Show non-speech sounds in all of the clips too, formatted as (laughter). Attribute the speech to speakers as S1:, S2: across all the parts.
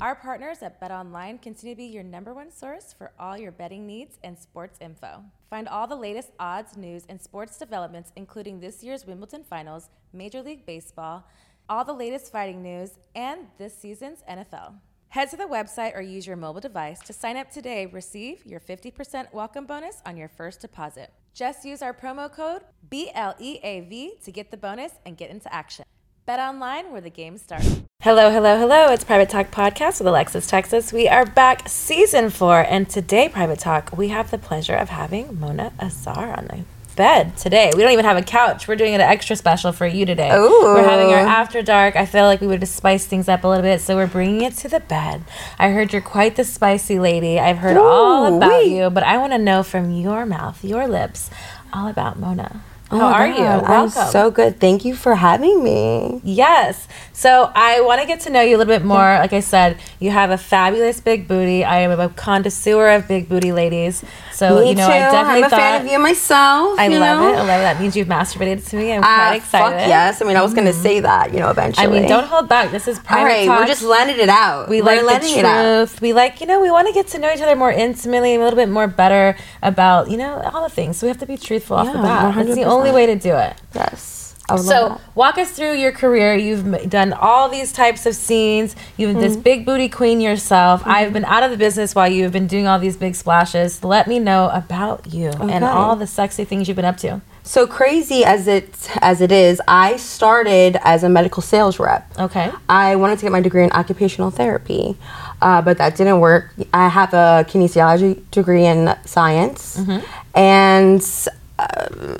S1: Our partners at BetOnline continue to be your number one source for all your betting needs and sports info. Find all the latest odds, news, and sports developments, including this year's Wimbledon Finals, Major League Baseball, all the latest fighting news, and this season's NFL. Head to the website or use your mobile device to sign up today. Receive your 50% welcome bonus on your first deposit. Just use our promo code BLEAV to get the bonus and get into action. Bet online where the game starts. Hello, hello, hello. It's Private Talk Podcast with Alexis Texas. We are back season four, and today, Private Talk, we have the pleasure of having Mona Azar on the bed today. We don't even have a couch. We're doing an extra special for you today.
S2: Ooh.
S1: We're having our after dark. I feel like we would have spiced things up a little bit, so we're bringing it to the bed. I heard you're quite the spicy lady. I've heard all about
S2: Ooh-wee.
S1: you, but I want to know from your mouth, your lips, all about Mona. How
S2: Oh my
S1: are you?
S2: God, I'm
S1: Welcome.
S2: so good. Thank you for having me.
S1: Yes. So I want to get to know you a little bit more. Like I said, you have a fabulous big booty. I am a connoisseur of big booty ladies. So
S2: me
S1: Oh, you know,
S2: too.
S1: I definitely
S2: am a
S1: thought
S2: fan of you myself.
S1: I
S2: you
S1: love
S2: know?
S1: it. I love it. That means you've masturbated to me. I'm
S2: Ah,
S1: quite excited. Mm-hmm.
S2: Fuck yes. I mean, I was gonna say that. You know,
S1: I
S2: eventually.
S1: mean, don't hold back. This is private
S2: All right,
S1: talk.
S2: we're just letting it out.
S1: we
S2: are
S1: like
S2: letting
S1: the
S2: it out.
S1: truth. We like, you know, we want to get to know each other more intimately, a little bit more better about, you know, all the things. So we have to be truthful off the
S2: Yeah,
S1: bat. That's the
S2: 100%.
S1: only way to do it.
S2: Yes. I would love
S1: So walk us through your career. You've m- done all these types of scenes. You've been
S2: Mm-hmm.
S1: this big booty queen yourself. I've been out of the business while you've been doing all these big splashes. Let me know about you and
S2: Okay.
S1: all the sexy things you've been up to.
S2: that. so crazy as it as it is. I started as a medical sales rep.
S1: Okay.
S2: I wanted to get my degree in occupational therapy, uh, but that didn't work. I have a kinesiology degree in science,
S1: Mm-hmm.
S2: and uh,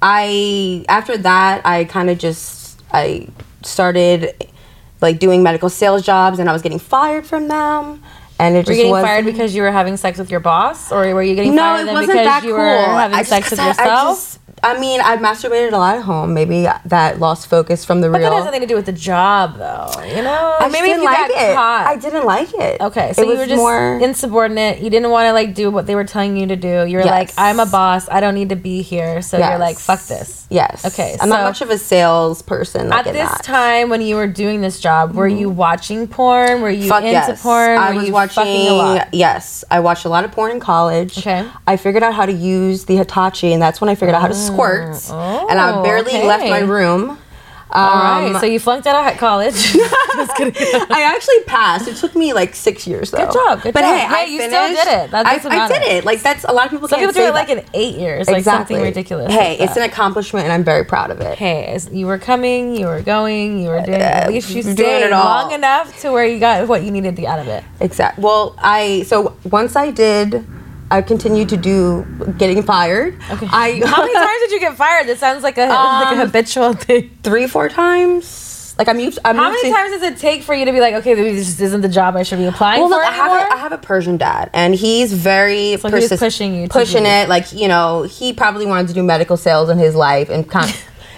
S2: I after that I kind of just I started like doing medical sales jobs, and I was getting fired from them, and it
S1: Were you
S2: just
S1: getting
S2: was
S1: fired because you were having sex with your boss, or were you getting
S2: no,
S1: fired
S2: it
S1: then
S2: wasn't
S1: because
S2: that
S1: you
S2: cool.
S1: were having
S2: I
S1: sex
S2: just,
S1: with
S2: I-
S1: yourself?
S2: I, just, I mean, I masturbated a lot at home. Maybe that lost focus from the
S1: but
S2: real.
S1: that has nothing to do with the job, though. You know,
S2: I just didn't like it.
S1: caught.
S2: I didn't like it.
S1: Okay,
S2: It
S1: so you
S2: was
S1: were just
S2: more-
S1: insubordinate. You didn't want to like do what they were telling you to do. You were like,
S2: Yes.
S1: I'm a boss. I don't need to be here. So you're
S2: Yes.
S1: like, fuck this.
S2: Yes.
S1: Okay,
S2: I'm
S1: so-
S2: not much of a salesperson. Like
S1: At
S2: in
S1: this
S2: that.
S1: time when you were doing this job, were you watching porn? Were you
S2: Mm-hmm. Fuck
S1: into
S2: yes.
S1: porn?
S2: I
S1: were
S2: was
S1: you
S2: watching.
S1: fucking a lot?
S2: Yes, I watched a lot of porn in college.
S1: Okay.
S2: I figured out how to use the Hitachi, and that's when I figured out how to squirt. and I
S1: Oh,
S2: barely
S1: okay.
S2: left my room. Um,
S1: All right, so you flunked out of
S2: (laughs)
S1: college. (laughs) Just kidding.
S2: I actually passed. It took me like six years though.
S1: Good job, good
S2: but
S1: job.
S2: hey, I
S1: Hey, you still
S2: finished.
S1: did it. That
S2: I-
S1: doesn't
S2: I,
S1: matter.
S2: did it. Like that's a lot of people.
S1: Some
S2: can't
S1: people do
S2: say
S1: it like
S2: that.
S1: in eight years, like
S2: exactly.
S1: something ridiculous.
S2: Hey,
S1: like
S2: it's
S1: that.
S2: an accomplishment, and I'm very proud of it.
S1: Hey, it's- you were coming, you were going, you were doing. at least you
S2: Uh, doing
S1: stayed
S2: it all.
S1: long enough to where you got what you needed to get out of it.
S2: Exactly. Well, I so once I did, I continued to do getting fired. Okay. I
S1: (laughs) How many times did you get fired? That sounds like a like a habitual thing.
S2: three, four times. Like I'm used. I'm
S1: How
S2: used
S1: many
S2: to,
S1: times does it take for you to be like, okay, maybe this just isn't the job I should be applying
S2: Well,
S1: for
S2: look, I have,
S1: anymore?
S2: a, I have a Persian dad, and he's very
S1: he was
S2: persist-
S1: pushing you to
S2: pushing
S1: do-
S2: it. Like you know, he probably wanted to do medical sales in his life, and
S1: (laughs)
S2: kind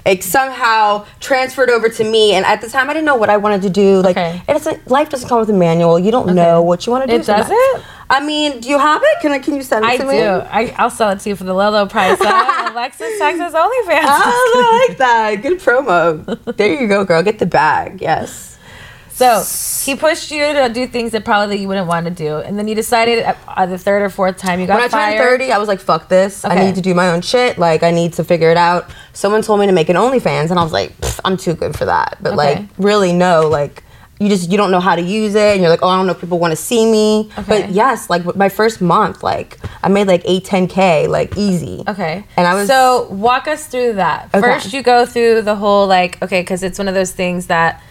S2: it somehow transferred over to me. And at the time, I didn't know what I wanted to do. Like,
S1: Okay.
S2: and it's like life doesn't come with a manual. You don't know what you want to do.
S1: It doesn't?
S2: sometimes. I mean, do you have it? Can I? Can you send it
S1: I
S2: to
S1: do.
S2: me?
S1: I, I'll sell it to you for the low, low price. (laughs) on Alexis Texas
S2: (laughs)
S1: OnlyFans.
S2: Oh, I like that. Good promo. There you go, girl. Get the bag. Yes.
S1: So he pushed you to do things that probably you wouldn't want to do, and then you decided at, at the third or fourth time you got
S2: When I turned
S1: fired.
S2: 30, I was like, fuck this.
S1: Okay.
S2: I need to do my own shit. Like, I need to figure it out. Someone told me to make an OnlyFans, and I was like, "Pff, I'm too good for that. But,
S1: Okay.
S2: like, really, no. Like, you just, you don't know how to use it. And you're like, oh, I don't know if people want to see me.
S1: Okay.
S2: But yes, like, my first month, like, I made like 8, 10K, like, easy.
S1: Okay.
S2: And I was.
S1: so walk us through that.
S2: Okay.
S1: First, you go through the whole like okay, because it's one of those things that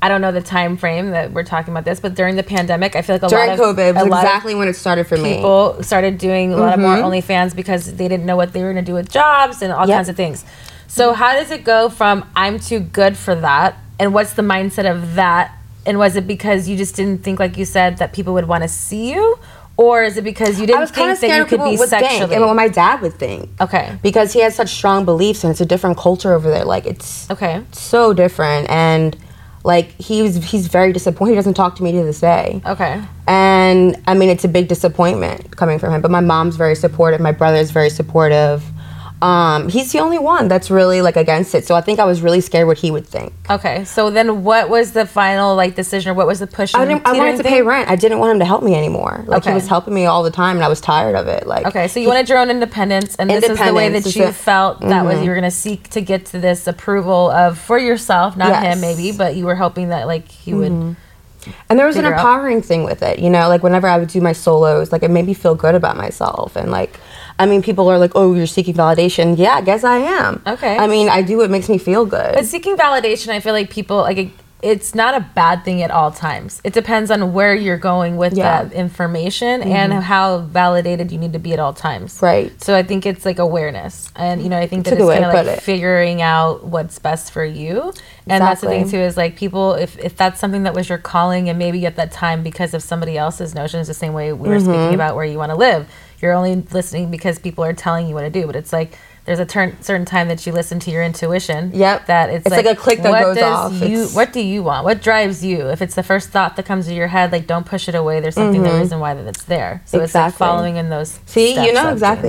S1: I don't know the time frame that we're talking about this, but during the pandemic, I feel like a
S2: during
S1: lot of
S2: COVID, it was
S1: a lot of
S2: exactly when it started for me. Mm-hmm.
S1: people started doing a lot of more OnlyFans because they didn't know what they were going to do with jobs and all
S2: Yep.
S1: kinds of things. So how does it go from I'm too good for that, and what's the mindset of that? And was it because you just didn't think, like you said, that people would want to see you, Or is it because you
S2: I
S1: didn't
S2: was kind of
S1: think that
S2: scared
S1: you
S2: of
S1: could
S2: people
S1: be
S2: would think
S1: sexually?
S2: and what my dad would think.
S1: okay.
S2: Because he had such strong beliefs and it's a different culture over there. Like it's
S1: Okay.
S2: so different and like he was he's very disappointed. He doesn't talk to me to this day.
S1: Okay.
S2: And I mean, it's a big disappointment coming from him. But my mom's very supportive. My brother's very supportive. Um, he's the only one that's really like against it. So I think I was really scared what he would think.
S1: Okay. So then, what was the final like decision, or what was the push?
S2: I
S1: and
S2: didn't. I wanted
S1: teetering
S2: to
S1: thing?
S2: pay rent. I didn't want him to help me anymore. Like
S1: Okay.
S2: he was helping me all the time, and I was tired of it. Like
S1: Okay, so you wanted your own independence, and this is the way
S2: Independence
S1: that
S2: is
S1: you
S2: a- Mm-hmm.
S1: felt that was you were going to seek to get to this approval of for yourself, not
S2: Yes. Mm-hmm.
S1: him, maybe, but you were hoping that like he would.
S2: And there was an
S1: figure out-
S2: empowering thing with it, you know, like whenever I would do my solos, like it made me feel good about myself. And like, I mean, people are like, oh, you're seeking validation. Yeah, I guess I am.
S1: Okay.
S2: I mean, I do what makes me feel good.
S1: But seeking validation, I feel like people like it- it's not a bad thing at all times. It depends on where you're going with
S2: Yeah. Mm-hmm.
S1: that information and how validated you need to be at all times.
S2: Right.
S1: So I think it's like awareness, and you know, I think that
S2: It's a
S1: it's
S2: good way
S1: kind of
S2: to
S1: like
S2: put it.
S1: figuring out what's best for you. And that's the thing
S2: Exactly.
S1: too is like people, if if that's something that was your calling, and maybe at that time because of somebody else's notions, the same way we were speaking
S2: Mm-hmm.
S1: about where you want to live, you're only listening because people are telling you what to do. But it's like. There's a turn, certain time that you listen to your intuition.
S2: Yep.
S1: That it's,
S2: It's like a click that
S1: what
S2: goes
S1: does
S2: off.
S1: You,
S2: It's-
S1: what do you want? What drives you? If it's the first thought that comes to your head, like don't push it away. There's something the reason why that it's there. So it's like
S2: Mm-hmm. Exactly.
S1: following in those.
S2: See,
S1: steps
S2: you
S1: of
S2: know
S1: doing-
S2: exactly,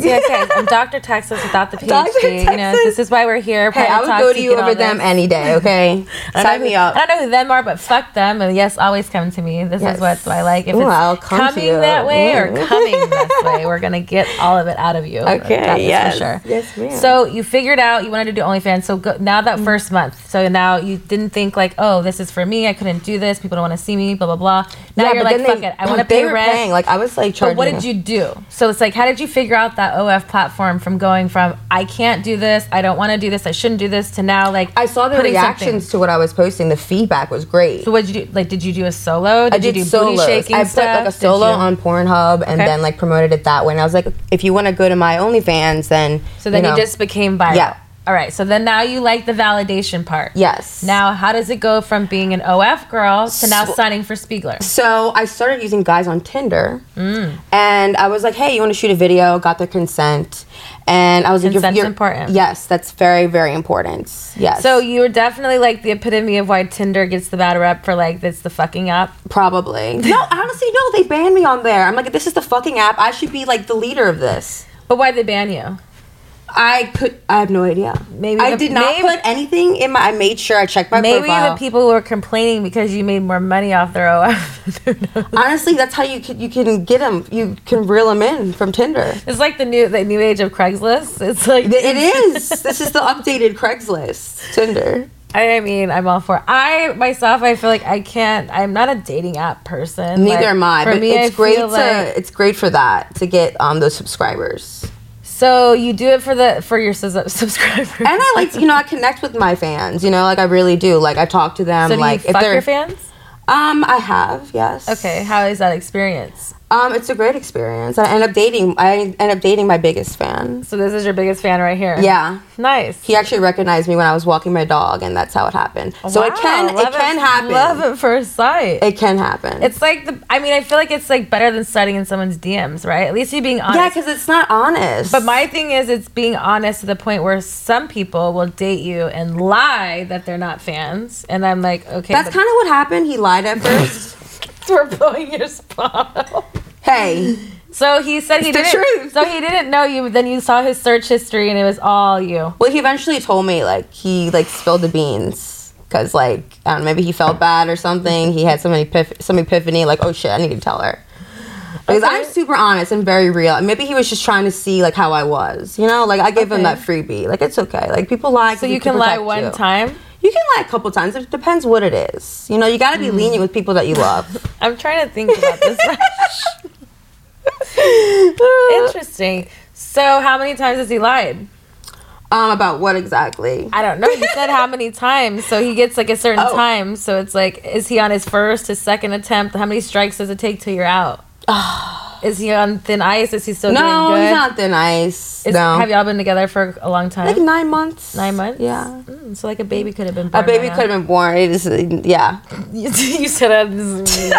S1: (laughs)
S2: (laughs)
S1: See, okay, I'm Dr. Texas without the PhD.
S2: Dr.
S1: You know,
S2: Texas.
S1: this is why we're here.
S2: Hey, I
S1: Private
S2: would
S1: Talk
S2: go to you
S1: get all
S2: over them
S1: this.
S2: any
S1: (laughs)
S2: day, okay?
S1: I don't
S2: Sign
S1: know
S2: me
S1: who-
S2: up.
S1: I don't know who them are, but fuck them. And yes, always come to me. This is
S2: Yes.
S1: what I like. If
S2: Ooh,
S1: it's
S2: I'll come to
S1: coming
S2: you.
S1: that way or
S2: Mm.
S1: coming
S2: (laughs)
S1: this way, we're gonna get all of it out of you.
S2: Okay,
S1: That is
S2: yes.
S1: for sure.
S2: Yes, ma'am.
S1: So you figured out you wanted to do OnlyFans. So go, now that first month, so now you didn't think like, oh, this is for me. I couldn't do this. People don't want to see me. Blah blah blah. Now you're
S2: but
S1: like,
S2: then
S1: fuck
S2: they-
S1: it. I want to
S2: (laughs) they
S1: pay
S2: were
S1: rent.
S2: Paying. Like I was like
S1: But
S2: charging.
S1: what did you do? So it's like, how did you figure out that OF platform from going from I can't do this, I don't want to do this, I shouldn't do this to now like
S2: I saw the
S1: putting something-
S2: reactions to what I was posting. The feedback was great.
S1: So what did you do? Like, did you do a solo? Did
S2: I did
S1: you do
S2: solos.
S1: booty shaking
S2: I put
S1: stuff?
S2: like a
S1: Did
S2: solo
S1: you-
S2: on Pornhub and
S1: Okay.
S2: then like promoted it that way. And I was like, if you want to go to my OnlyFans, then
S1: So then you,
S2: know.
S1: just became viral.
S2: Yeah.
S1: All right. So then now you like the validation part.
S2: yes.
S1: Now how does it go from being an OF girl to now
S2: So-
S1: signing for Spiegler?
S2: So I started using guys on Tinder,
S1: Mm.
S2: and I was like, "Hey, you want to shoot a video?" Got their consent, and I was like,
S1: Consent's important.
S2: Yes, that's very very important. Yes.
S1: So you were definitely like the epitome of why Tinder gets the bad rep for like it's the fucking app. (laughs)
S2: probably no. Honestly, no. They banned me on there. I'm like, this is the fucking app. I should be like the leader of this.
S1: But why they ban you?
S2: I put. I have no idea.
S1: Maybe
S2: I
S1: the-
S2: did not
S1: maybe-
S2: put anything in my. I made sure I checked my
S1: Maybe
S2: profile.
S1: the people were complaining because you made more money off their OF. Who knows?
S2: Honestly, that's how you can you can get them. You can reel them in from Tinder.
S1: (laughs) it's like the new the new age of Craigslist. It's like
S2: It is. this is the updated Craigslist Tinder.
S1: I mean, I'm all for. I myself, I feel like I can't. I'm not a dating app person.
S2: Neither
S1: Like,
S2: am I.
S1: For
S2: But
S1: me,
S2: it's
S1: I
S2: great
S1: feel
S2: to
S1: like-
S2: it's great for that to get um those subscribers.
S1: so you do it for the for your sus- (laughs) subscribers.
S2: And I
S1: (laughs)
S2: like you know I connect with my fans. You know like I really do. Like I talk to them.
S1: so do
S2: like
S1: you fuck your fans?
S2: um I have yes.
S1: Okay, how is that experience?
S2: Um, it's a great experience. I end up dating. I end up dating my biggest fan.
S1: So this is your biggest fan right here.
S2: Yeah.
S1: nice.
S2: He actually recognized me when I was walking my dog, and that's how it happened. So it
S1: Wow,
S2: can it
S1: love
S2: can
S1: Love
S2: happen.
S1: at first sight.
S2: It can happen.
S1: it's like the. I mean, I feel like it's like better than studying in someone's DMs, right? At least you're being honest.
S2: Yeah, because it's not honest.
S1: But my thing is, it's being honest to the point where some people will date you and lie that they're not fans, and I'm like, okay,
S2: that's
S1: but
S2: kind of what happened. He lied at
S1: (laughs)
S2: first.
S1: we're blowing your spot.
S2: hey,
S1: So he said he
S2: It's the
S1: didn't.
S2: truth.
S1: So he didn't know you. But then you saw his search history, and it was all you.
S2: well, he eventually told me like he like spilled the beans because like I don't know, maybe he felt bad or something. He had some epiph- some epiphany like oh shit, I need to tell her. Because
S1: Okay.
S2: I'm super honest and very real. And Maybe he was just trying to see like how I was, you know. Like I gave him
S1: Okay.
S2: that freebie. Like it's okay. Like people lie.
S1: So you can lie
S2: protect
S1: one
S2: you.
S1: time.
S2: You can lie a couple times. It depends what it is. You know, you got to be
S1: Hmm.
S2: lenient with people that you love. (laughs)
S1: I'm trying to think about this. (laughs) Interesting. So how many times has he lied?
S2: um, about what exactly?
S1: I don't know. You said how many times? So he gets like a certain
S2: Oh.
S1: time. So it's like, is he on his first, his second attempt? How many strikes does it take till you're out? Is he on thin ice? Is he still doing
S2: Ah. No,
S1: good?
S2: he's not thin ice.
S1: Is-
S2: no,
S1: Have y'all been together for a long time?
S2: like nine months.
S1: Nine months.
S2: Yeah.
S1: Mm, so like a baby could have been.
S2: A
S1: Born
S2: baby could have been born. It is, yeah. (laughs)
S1: (laughs) you said that.
S2: I was gonna say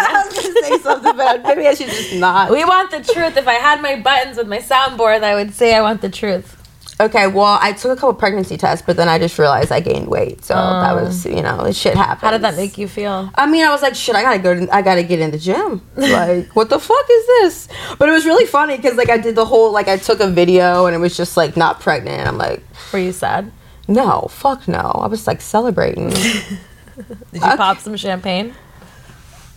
S2: something, but maybe I should just not.
S1: We want the truth. If I had my buttons with my soundboard, I would say I want the truth.
S2: Okay, well, I took a couple pregnancy tests, but then I just realized I gained weight, so that was, you know, shit happened.
S1: Oh. How did that make you feel?
S2: I mean, I was like, shit, I gotta go. To, I gotta get in
S1: (laughs)
S2: the gym. Like, what the fuck is this? But it was really funny because like I did the whole like I took a video and it was just like not pregnant. I'm like,
S1: Were you sad?
S2: no, fuck no. I was like celebrating.
S1: Did you pop some champagne?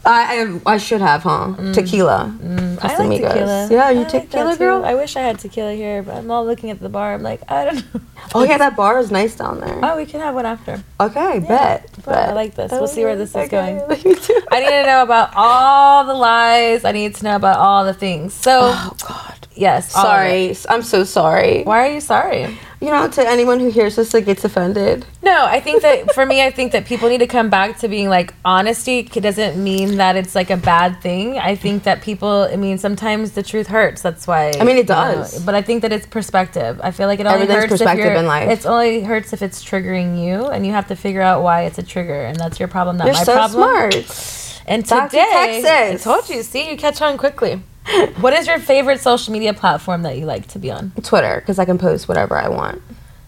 S2: I, I I should have, huh? Tequila. Casamigos. Yeah, you
S1: I Mm. like that
S2: tequila,
S1: too.
S2: girl.
S1: I wish I had tequila here, but I'm all looking at the bar. I'm like, I don't know. (laughs)
S2: Oh yeah, that bar is nice down there.
S1: Oh, we can have one after.
S2: okay, bet.
S1: but I
S2: bet.
S1: like this. We'll see where this is going.
S2: (laughs) Me too.
S1: I need to know about all the lies. I need to know about all the things. So,
S2: Oh God.
S1: yes. all of it.
S2: Sorry, I'm so sorry.
S1: Why are you sorry?
S2: You know, to anyone who hears this that gets offended.
S1: No, I think that for me, I think that people need to come back to being like honesty c- doesn't mean that it's like a bad thing. I think that people, I mean, sometimes the truth hurts. That's why.
S2: I mean, it
S1: you know,
S2: does.
S1: but I think that it's perspective. I feel like it only
S2: Everything's
S1: hurts
S2: perspective
S1: if you're,
S2: in life.
S1: It's only hurts if it's triggering you, and you have to figure out why it's a trigger, and that's your problem, not
S2: You're
S1: my
S2: so
S1: problem.
S2: smart.
S1: And
S2: Back to
S1: today,
S2: Texas.
S1: I told you. See, you catch on quickly. what is your favorite social media platform that you like to be on?
S2: Twitter, because I can post whatever I want.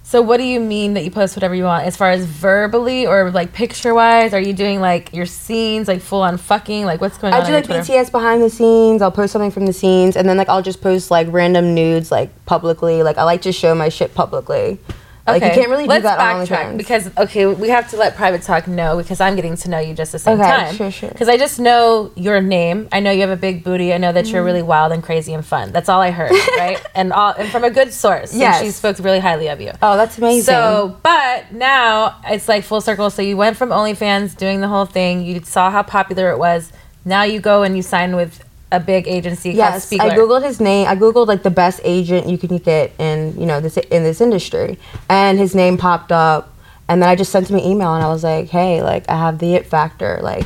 S1: So what do you mean that you post whatever you want as far as verbally or like picture wise? Are you doing like your scenes, like full on fucking? Like what's going on?
S2: I do
S1: on
S2: like
S1: your Twitter?
S2: BTS behind the scenes. I'll post something from the scenes, and then like I'll just post like random nudes like publicly. Like I like to show my shit publicly. Like you can't really do
S1: let's
S2: that on
S1: backtrack
S2: OnlyFans.
S1: because okay, we have to let private talk know because I'm getting to know you just the same
S2: Okay,
S1: time.
S2: sure, sure.
S1: Because I just know your name. I know you have a big booty. I know that
S2: Mm-hmm.
S1: you're really wild and crazy and fun. That's all I
S2: (laughs)
S1: heard, right? And all and from a good source. And
S2: Yes.
S1: she spoke really highly of you.
S2: oh, that's amazing.
S1: So, but now it's like full circle. So you went from OnlyFans doing the whole thing. You saw how popular it was. Now you go and you sign with a big agency called
S2: yes,
S1: Spiegler.
S2: I googled his name. I googled like the best agent you can get in you know this in this industry, and his name popped up. And then I just sent him an email, and I was like, "Hey, like I have the it factor. Like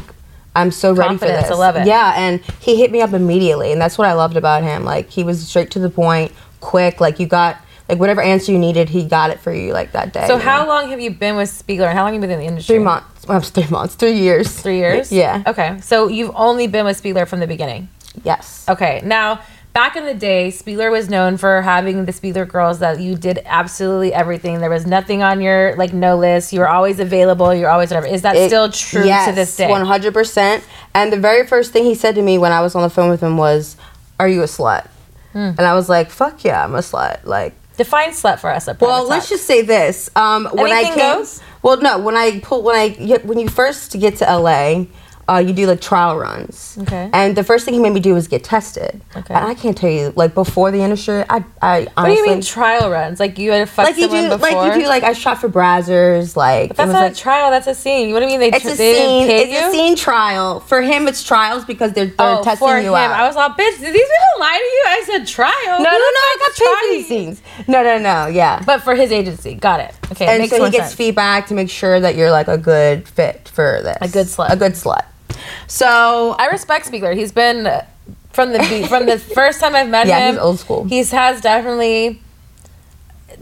S2: I'm so ready for
S1: Confidence,
S2: this.
S1: I love it.
S2: Yeah." And he hit me up immediately, and that's what I loved about him. Like he was straight to the point, quick. Like you got like whatever answer you needed, he got it for you like that day.
S1: so
S2: you
S1: how
S2: know?
S1: long have you been with Spiegler? and How long have you been in the industry?
S2: Three months. Well, it's three months. Three years.
S1: Three years.
S2: Yeah.
S1: Okay. So you've only been with Spiegler from the beginning.
S2: Yes.
S1: Okay. Now, back in the day, Spieler was known for having the Spieler girls that you did absolutely everything. There was nothing on your like no list. You were always available. You're always whatever. Is that
S2: It-
S1: still true to this day?
S2: One hundred percent. And the very first thing he said to me when I was on the phone with him was, "Are you a slut?"
S1: Hmm.
S2: And I was like, "Fuck yeah, I'm a slut." Like,
S1: Define slut for us. At
S2: well,
S1: Private
S2: let's
S1: Talk.
S2: just say this. Um, when I
S1: Anything
S2: came,
S1: goes?
S2: well, no, when I pull, when I yeah, when you first get to LA. Uh, you do like trial runs,
S1: Okay.
S2: And the first thing he made me do was get tested.
S1: Okay.
S2: And I can't tell you, like before the industry, I, I honestly,
S1: What do you mean trial runs? Like you had to fuck
S2: like you do,
S1: someone before?
S2: like you do, like I shot for Brazzers, like it
S1: that's
S2: was
S1: not
S2: like
S1: a trial. That's a scene. What do you mean they?
S2: It's
S1: tr-
S2: a
S1: they Didn't
S2: scene.
S1: pay
S2: It's
S1: you?
S2: a scene trial. For him, it's trials because they're, they're
S1: Oh,
S2: testing
S1: for
S2: you
S1: him.
S2: out.
S1: I was all, bitch. Did these people lie to you? I said trial.
S2: no, no, no. I got paid for these scenes. No, no, no. Yeah.
S1: But for his agency, got it. Okay,
S2: and
S1: makes
S2: so
S1: more
S2: he gets
S1: sense.
S2: feedback to make sure that you're like a good fit for this.
S1: A good slut.
S2: A good slut. So
S1: I respect Spiegler. He's been uh, from the be- from
S2: (laughs)
S1: the first time I've met
S2: Yeah,
S1: him.
S2: he's old school.
S1: He's has definitely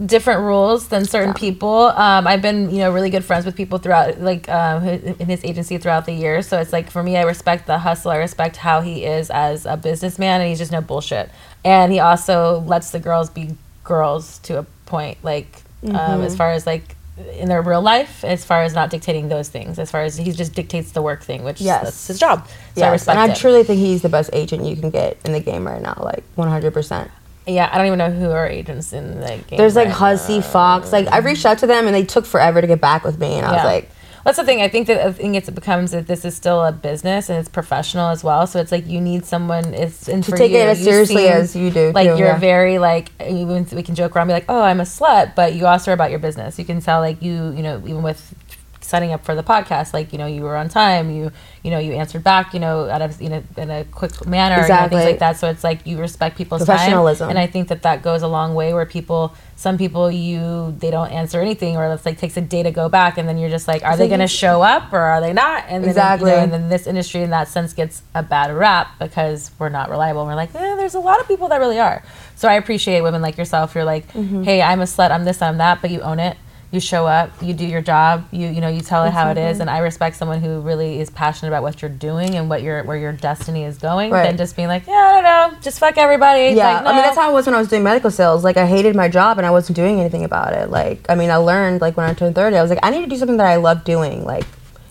S1: different rules than certain people. Um, I've been you know really good friends with people throughout like um, hi- in his agency throughout the year. So it's like for me, I respect the hustle. I respect how he is as a businessman, and he's just no bullshit. And he also lets the girls be girls to a point, like
S2: Mm-hmm.
S1: um, as far as like in their real life as far as not dictating those things as far as he just dictates the work thing which
S2: Yes.
S1: that's his job so
S2: yes,
S1: I respect
S2: and I
S1: it.
S2: truly think he's the best agent you can get in the game right now. Like 100. percent
S1: Yeah, I don't even know who are agents in the game.
S2: There's like
S1: right
S2: Hussey Fox. Like I reached out to them and they took forever to get back with me, and I
S1: now.
S2: was like,
S1: that's the thing. I think that I think it's, it becomes that this is still a business and it's professional as well. So it's like you need someone. It's and to for
S2: take
S1: you,
S2: it as
S1: you
S2: seriously
S1: seem
S2: as you do,
S1: Like
S2: too,
S1: you're
S2: yeah.
S1: very like even we can joke around, be like, oh, I'm a slut, but you also are about your business. You can tell like you you know even with setting up for the podcast like you know you were on time you you know you answered back you know out of you know in a quick manner you know,
S2: Exactly.
S1: things like that so it's like you respect people's
S2: Professionalism.
S1: time and i think that that goes a long way where people some people you they don't answer anything or it's like takes a day to go back and then you're just like are they
S2: like
S1: going to
S2: you-
S1: show up or are they not and then, you know,
S2: Exactly.
S1: and then this industry in that sense gets a bad rap because we're not reliable and we're like eh, there's a lot of people that really are so i appreciate women like yourself you're like
S2: Mm-hmm.
S1: hey i'm a slut i'm this i'm that but you own it you show up you do your job you you know you tell it how it is and i respect someone who really is passionate about what you're doing and what your where your destiny is going
S2: Right.
S1: than just being like yeah i don't know just fuck everybody It's
S2: Yeah,
S1: like,
S2: I mean
S1: no.
S2: that's how it was when I was doing medical sales. Like I hated my job and I wasn't doing anything about it. Like I mean, I learned like when I turned thirty, I was like, I need to do something that I love doing, like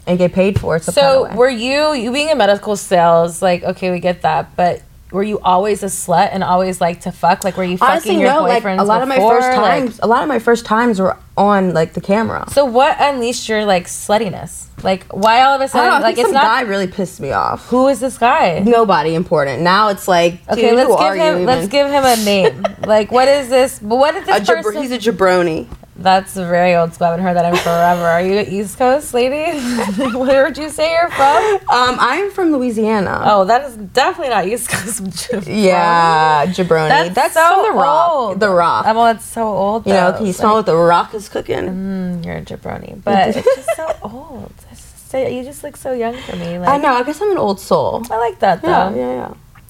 S2: and get paid for. it some
S1: So
S2: kind of way.
S1: were you you being in medical sales? Like, okay, we get that, but were you always a slut and always like to fuck? Like, were you fucking
S2: honestly
S1: your
S2: no. Like
S1: boyfriends
S2: a lot of my
S1: before?
S2: first
S1: Like-
S2: times, a lot of my first times were on like the camera.
S1: so what unleashed your like sluttiness? Like, why all of a
S2: I
S1: sudden?
S2: don't know, I
S1: like,
S2: think
S1: it's
S2: some
S1: not
S2: guy really pissed me off.
S1: who is this guy?
S2: Nobody important. Now it's like,
S1: Okay,
S2: dude,
S1: let's
S2: who
S1: give
S2: are you?
S1: him.
S2: Even?
S1: Let's give him a
S2: (laughs)
S1: name. like, what is this? But what did
S2: a
S1: this
S2: jabr-
S1: person?
S2: he's a jabroni.
S1: That's very old school. I haven't heard that in forever. Are you East Coast lady? (laughs) Where would you say you're from?
S2: Um, I'm from Louisiana.
S1: Oh, that is definitely not East Coast. (laughs)
S2: Yeah, jabroni.
S1: That's,
S2: That's,
S1: so
S2: from The Rock.
S1: old.
S2: The Rock.
S1: Oh, well, it's so old.
S2: you know,
S1: though.
S2: can you
S1: It's
S2: smell
S1: like,
S2: what The Rock is cooking?
S1: mm, you're a jabroni,
S2: (laughs)
S1: but it's just so old. It's just- you just look so young for me. Like,
S2: I know. I guess I'm an old soul.
S1: I like that though.
S2: Yeah,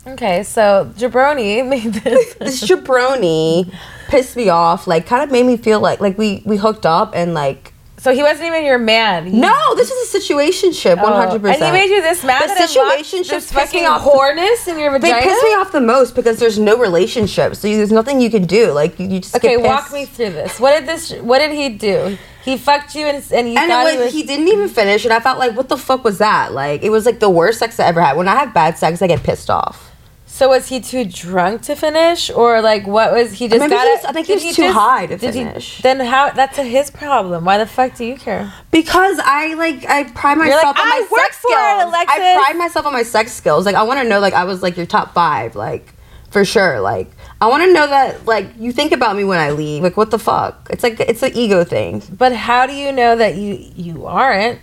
S2: yeah,
S1: Okay, so jabroni made this.
S2: (laughs) yeah. This jabroni pissed me off. Like, kind of made me feel like like we we hooked up and like.
S1: so he wasn't even your man. He-
S2: No, this is a situationship, one hundred
S1: Oh, And he made
S2: percent.
S1: you this mad.
S2: The
S1: that it locked
S2: situationship
S1: this
S2: pissed me
S1: fucking
S2: off.
S1: whoreness in your
S2: They
S1: vagina.
S2: piss me off the most because there's no relationship, so you, there's nothing you can do. Like you, you just
S1: Okay,
S2: get
S1: walk
S2: pissed.
S1: me through this. What did this? What did he do? He fucked you and and you
S2: And
S1: thought
S2: it
S1: he was.
S2: was, he didn't even finish, and I felt like, what the fuck was that? Like it was like the worst sex I ever had. When I have bad sex, I get pissed off.
S1: So was he too drunk to finish, or like what was he just?
S2: Maybe
S1: got
S2: he
S1: it-
S2: was- I think he
S1: did
S2: was too high to
S1: did he-
S2: finish.
S1: then how? That's a his problem. Why the fuck do you care?
S2: Because I like I pride myself
S1: like,
S2: on
S1: "I
S2: my
S1: work
S2: sex
S1: for it,
S2: skills.
S1: Alexis."
S2: I pride myself on my sex skills. Like I want to know like I was like your top five like for sure. Like I want to know that like you think about me when I leave. Like what the fuck? It's like it's an ego thing.
S1: But how do you know that you you aren't?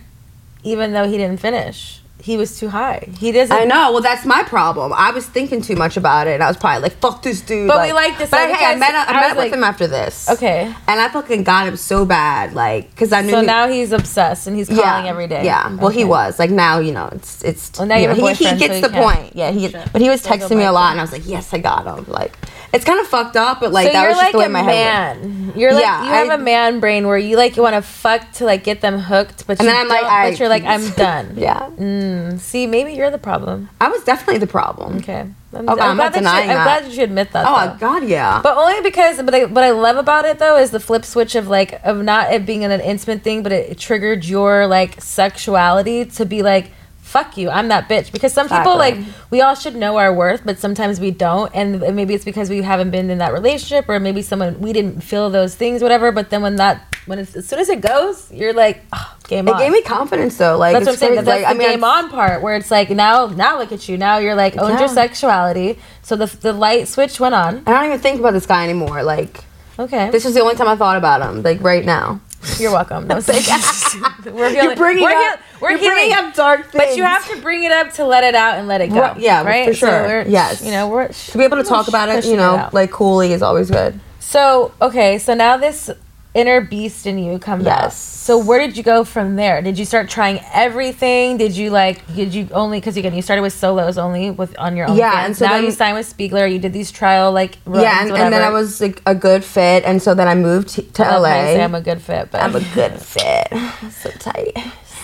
S1: Even though he didn't finish, he was too high. He doesn't.
S2: I know. Well, that's my problem. I was thinking too much about it, and I was probably like, "Fuck this dude."
S1: But we like this,
S2: But
S1: like,
S2: hey, I
S1: because
S2: met up, I
S1: I
S2: met
S1: was
S2: up
S1: like-
S2: with him after this.
S1: Okay.
S2: And I fucking got him so bad, like, because I knew.
S1: So
S2: he-
S1: now he's obsessed and he's calling every day.
S2: Yeah. Well, he
S1: Okay.
S2: was like now you know it's it's
S1: Well, now
S2: you
S1: you
S2: know,
S1: have a
S2: he, he
S1: boyfriend,
S2: gets
S1: so
S2: the
S1: you can't-
S2: point. Yeah, he
S1: Sure.
S2: but he was
S1: Still go
S2: texting me a
S1: boyfriend.
S2: lot and I was like, yes, I got him. Like it's kind of fucked up, but like
S1: So
S2: that
S1: you're
S2: was just
S1: like
S2: the way
S1: a
S2: my head. Went.
S1: man. You're like
S2: Yeah,
S1: you have
S2: I-
S1: a man brain where you like you want to fuck to like get them hooked, but
S2: And
S1: you
S2: then I'm like,
S1: don't-
S2: I,
S1: but
S2: (laughs)
S1: you're like I'm done.
S2: yeah,
S1: See, maybe you're the problem.
S2: I was definitely the problem.
S1: Okay. I'm,
S2: Oh, I'm
S1: that
S2: not
S1: you-
S2: denying
S1: I'm
S2: that.
S1: glad that you admit that.
S2: Oh
S1: though.
S2: God, yeah.
S1: But only because, but I, what I love about it though is the flip switch of like of not it being an, intimate thing, but it, triggered your like sexuality to be like, "Fuck you, I'm that bitch." Because some people like
S2: Exactly.
S1: we all should know our worth, but sometimes we don't, and maybe it's because we haven't been in that relationship, or maybe someone we didn't feel those things, whatever. But then when that when it's, as soon as it goes, you're like, oh, "Game
S2: it
S1: on."
S2: gave me confidence though. Like
S1: That's what I'm
S2: it's
S1: saying. 'cause
S2: crazy.
S1: That's
S2: Like,
S1: the game on part where it's like now, now look at you. Now you're like owned
S2: Yeah.
S1: your sexuality. So the the light switch went on.
S2: I don't even think about this guy anymore. Like
S1: Okay,
S2: this is the only time I thought about him. Like right now.
S1: (laughs) you're welcome. No,
S2: (laughs)
S1: it's like- (laughs) we're healing.
S2: You're bringing
S1: we're heal-
S2: up.
S1: we're
S2: you're
S1: healing
S2: bringing up dark things.
S1: But you have to bring it up to let it out and let it go.
S2: Right, yeah, for
S1: right.
S2: sure. Yes.
S1: you know we're
S2: to be able to talk about it. You know, like coolly is always good.
S1: so. Okay, so now this inner beast in you comes out.
S2: Yes.
S1: So where did you go from there? Did you start trying everything? Did you like? Did you only because again you started with solos only with on your own.
S2: Yeah, and so
S1: now
S2: then-
S1: you signed with Spiegler. You did these trial like runs,
S2: yeah, and, and then I
S1: whatever.
S2: was like a good fit, and so then I moved t- to
S1: I love
S2: LA.
S1: how you say I'm a good fit, but
S2: I'm a good fit. (sighs) so tight. (laughs)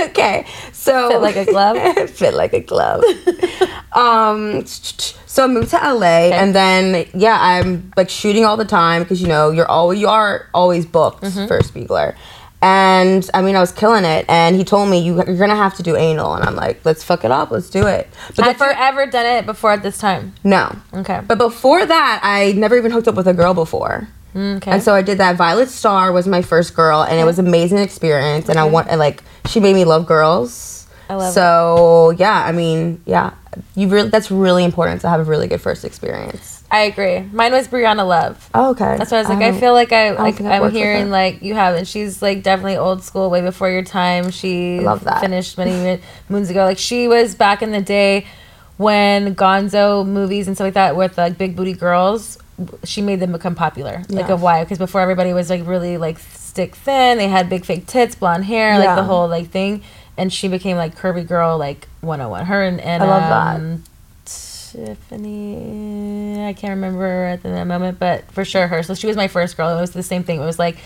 S2: okay, so (laughs)
S1: Fit like a glove?
S2: fit like a (laughs) glove. um, so I moved to LA, and then yeah, I'm like shooting all the time because you know you're always you are always booked for Spiegler. And I mean, I was killing it. And he told me you, you're gonna have to do anal, and I'm like, let's fuck it up, let's do it. But the
S1: Have you
S2: first,
S1: ever done it before at this time?
S2: no,
S1: Okay.
S2: but before that, I never even hooked up with a girl before.
S1: okay.
S2: And so I did that. Violet Star was my first girl, and it was an amazing experience. And I want, and like, she made me love girls.
S1: I love
S2: so yeah, I mean, yeah, you really that's really important to have a really good first experience.
S1: I agree. Mine was Brianna Love.
S2: Oh, okay.
S1: That's why I was like, I,
S2: haven't-
S1: feel like I, like
S2: think I've
S1: I'm
S2: worked with her.
S1: hearing like you have, and she's like definitely old school, way before your time. She
S2: Love that.
S1: finished many mo- moons ago. Like she was back in the day when Gonzo movies and stuff like that with like big booty girls. She made them become popular, like
S2: Yeah.
S1: of why? Because before everybody was like really like stick thin. They had big fake tits, blonde hair, like the
S2: Yeah.
S1: whole like thing. And she became like curvy girl, like 101. Her and, and
S2: I love that.
S1: um, Tiffany. eh, I can't remember at that moment, but for sure her. So she was my first girl. It was the same thing. It was like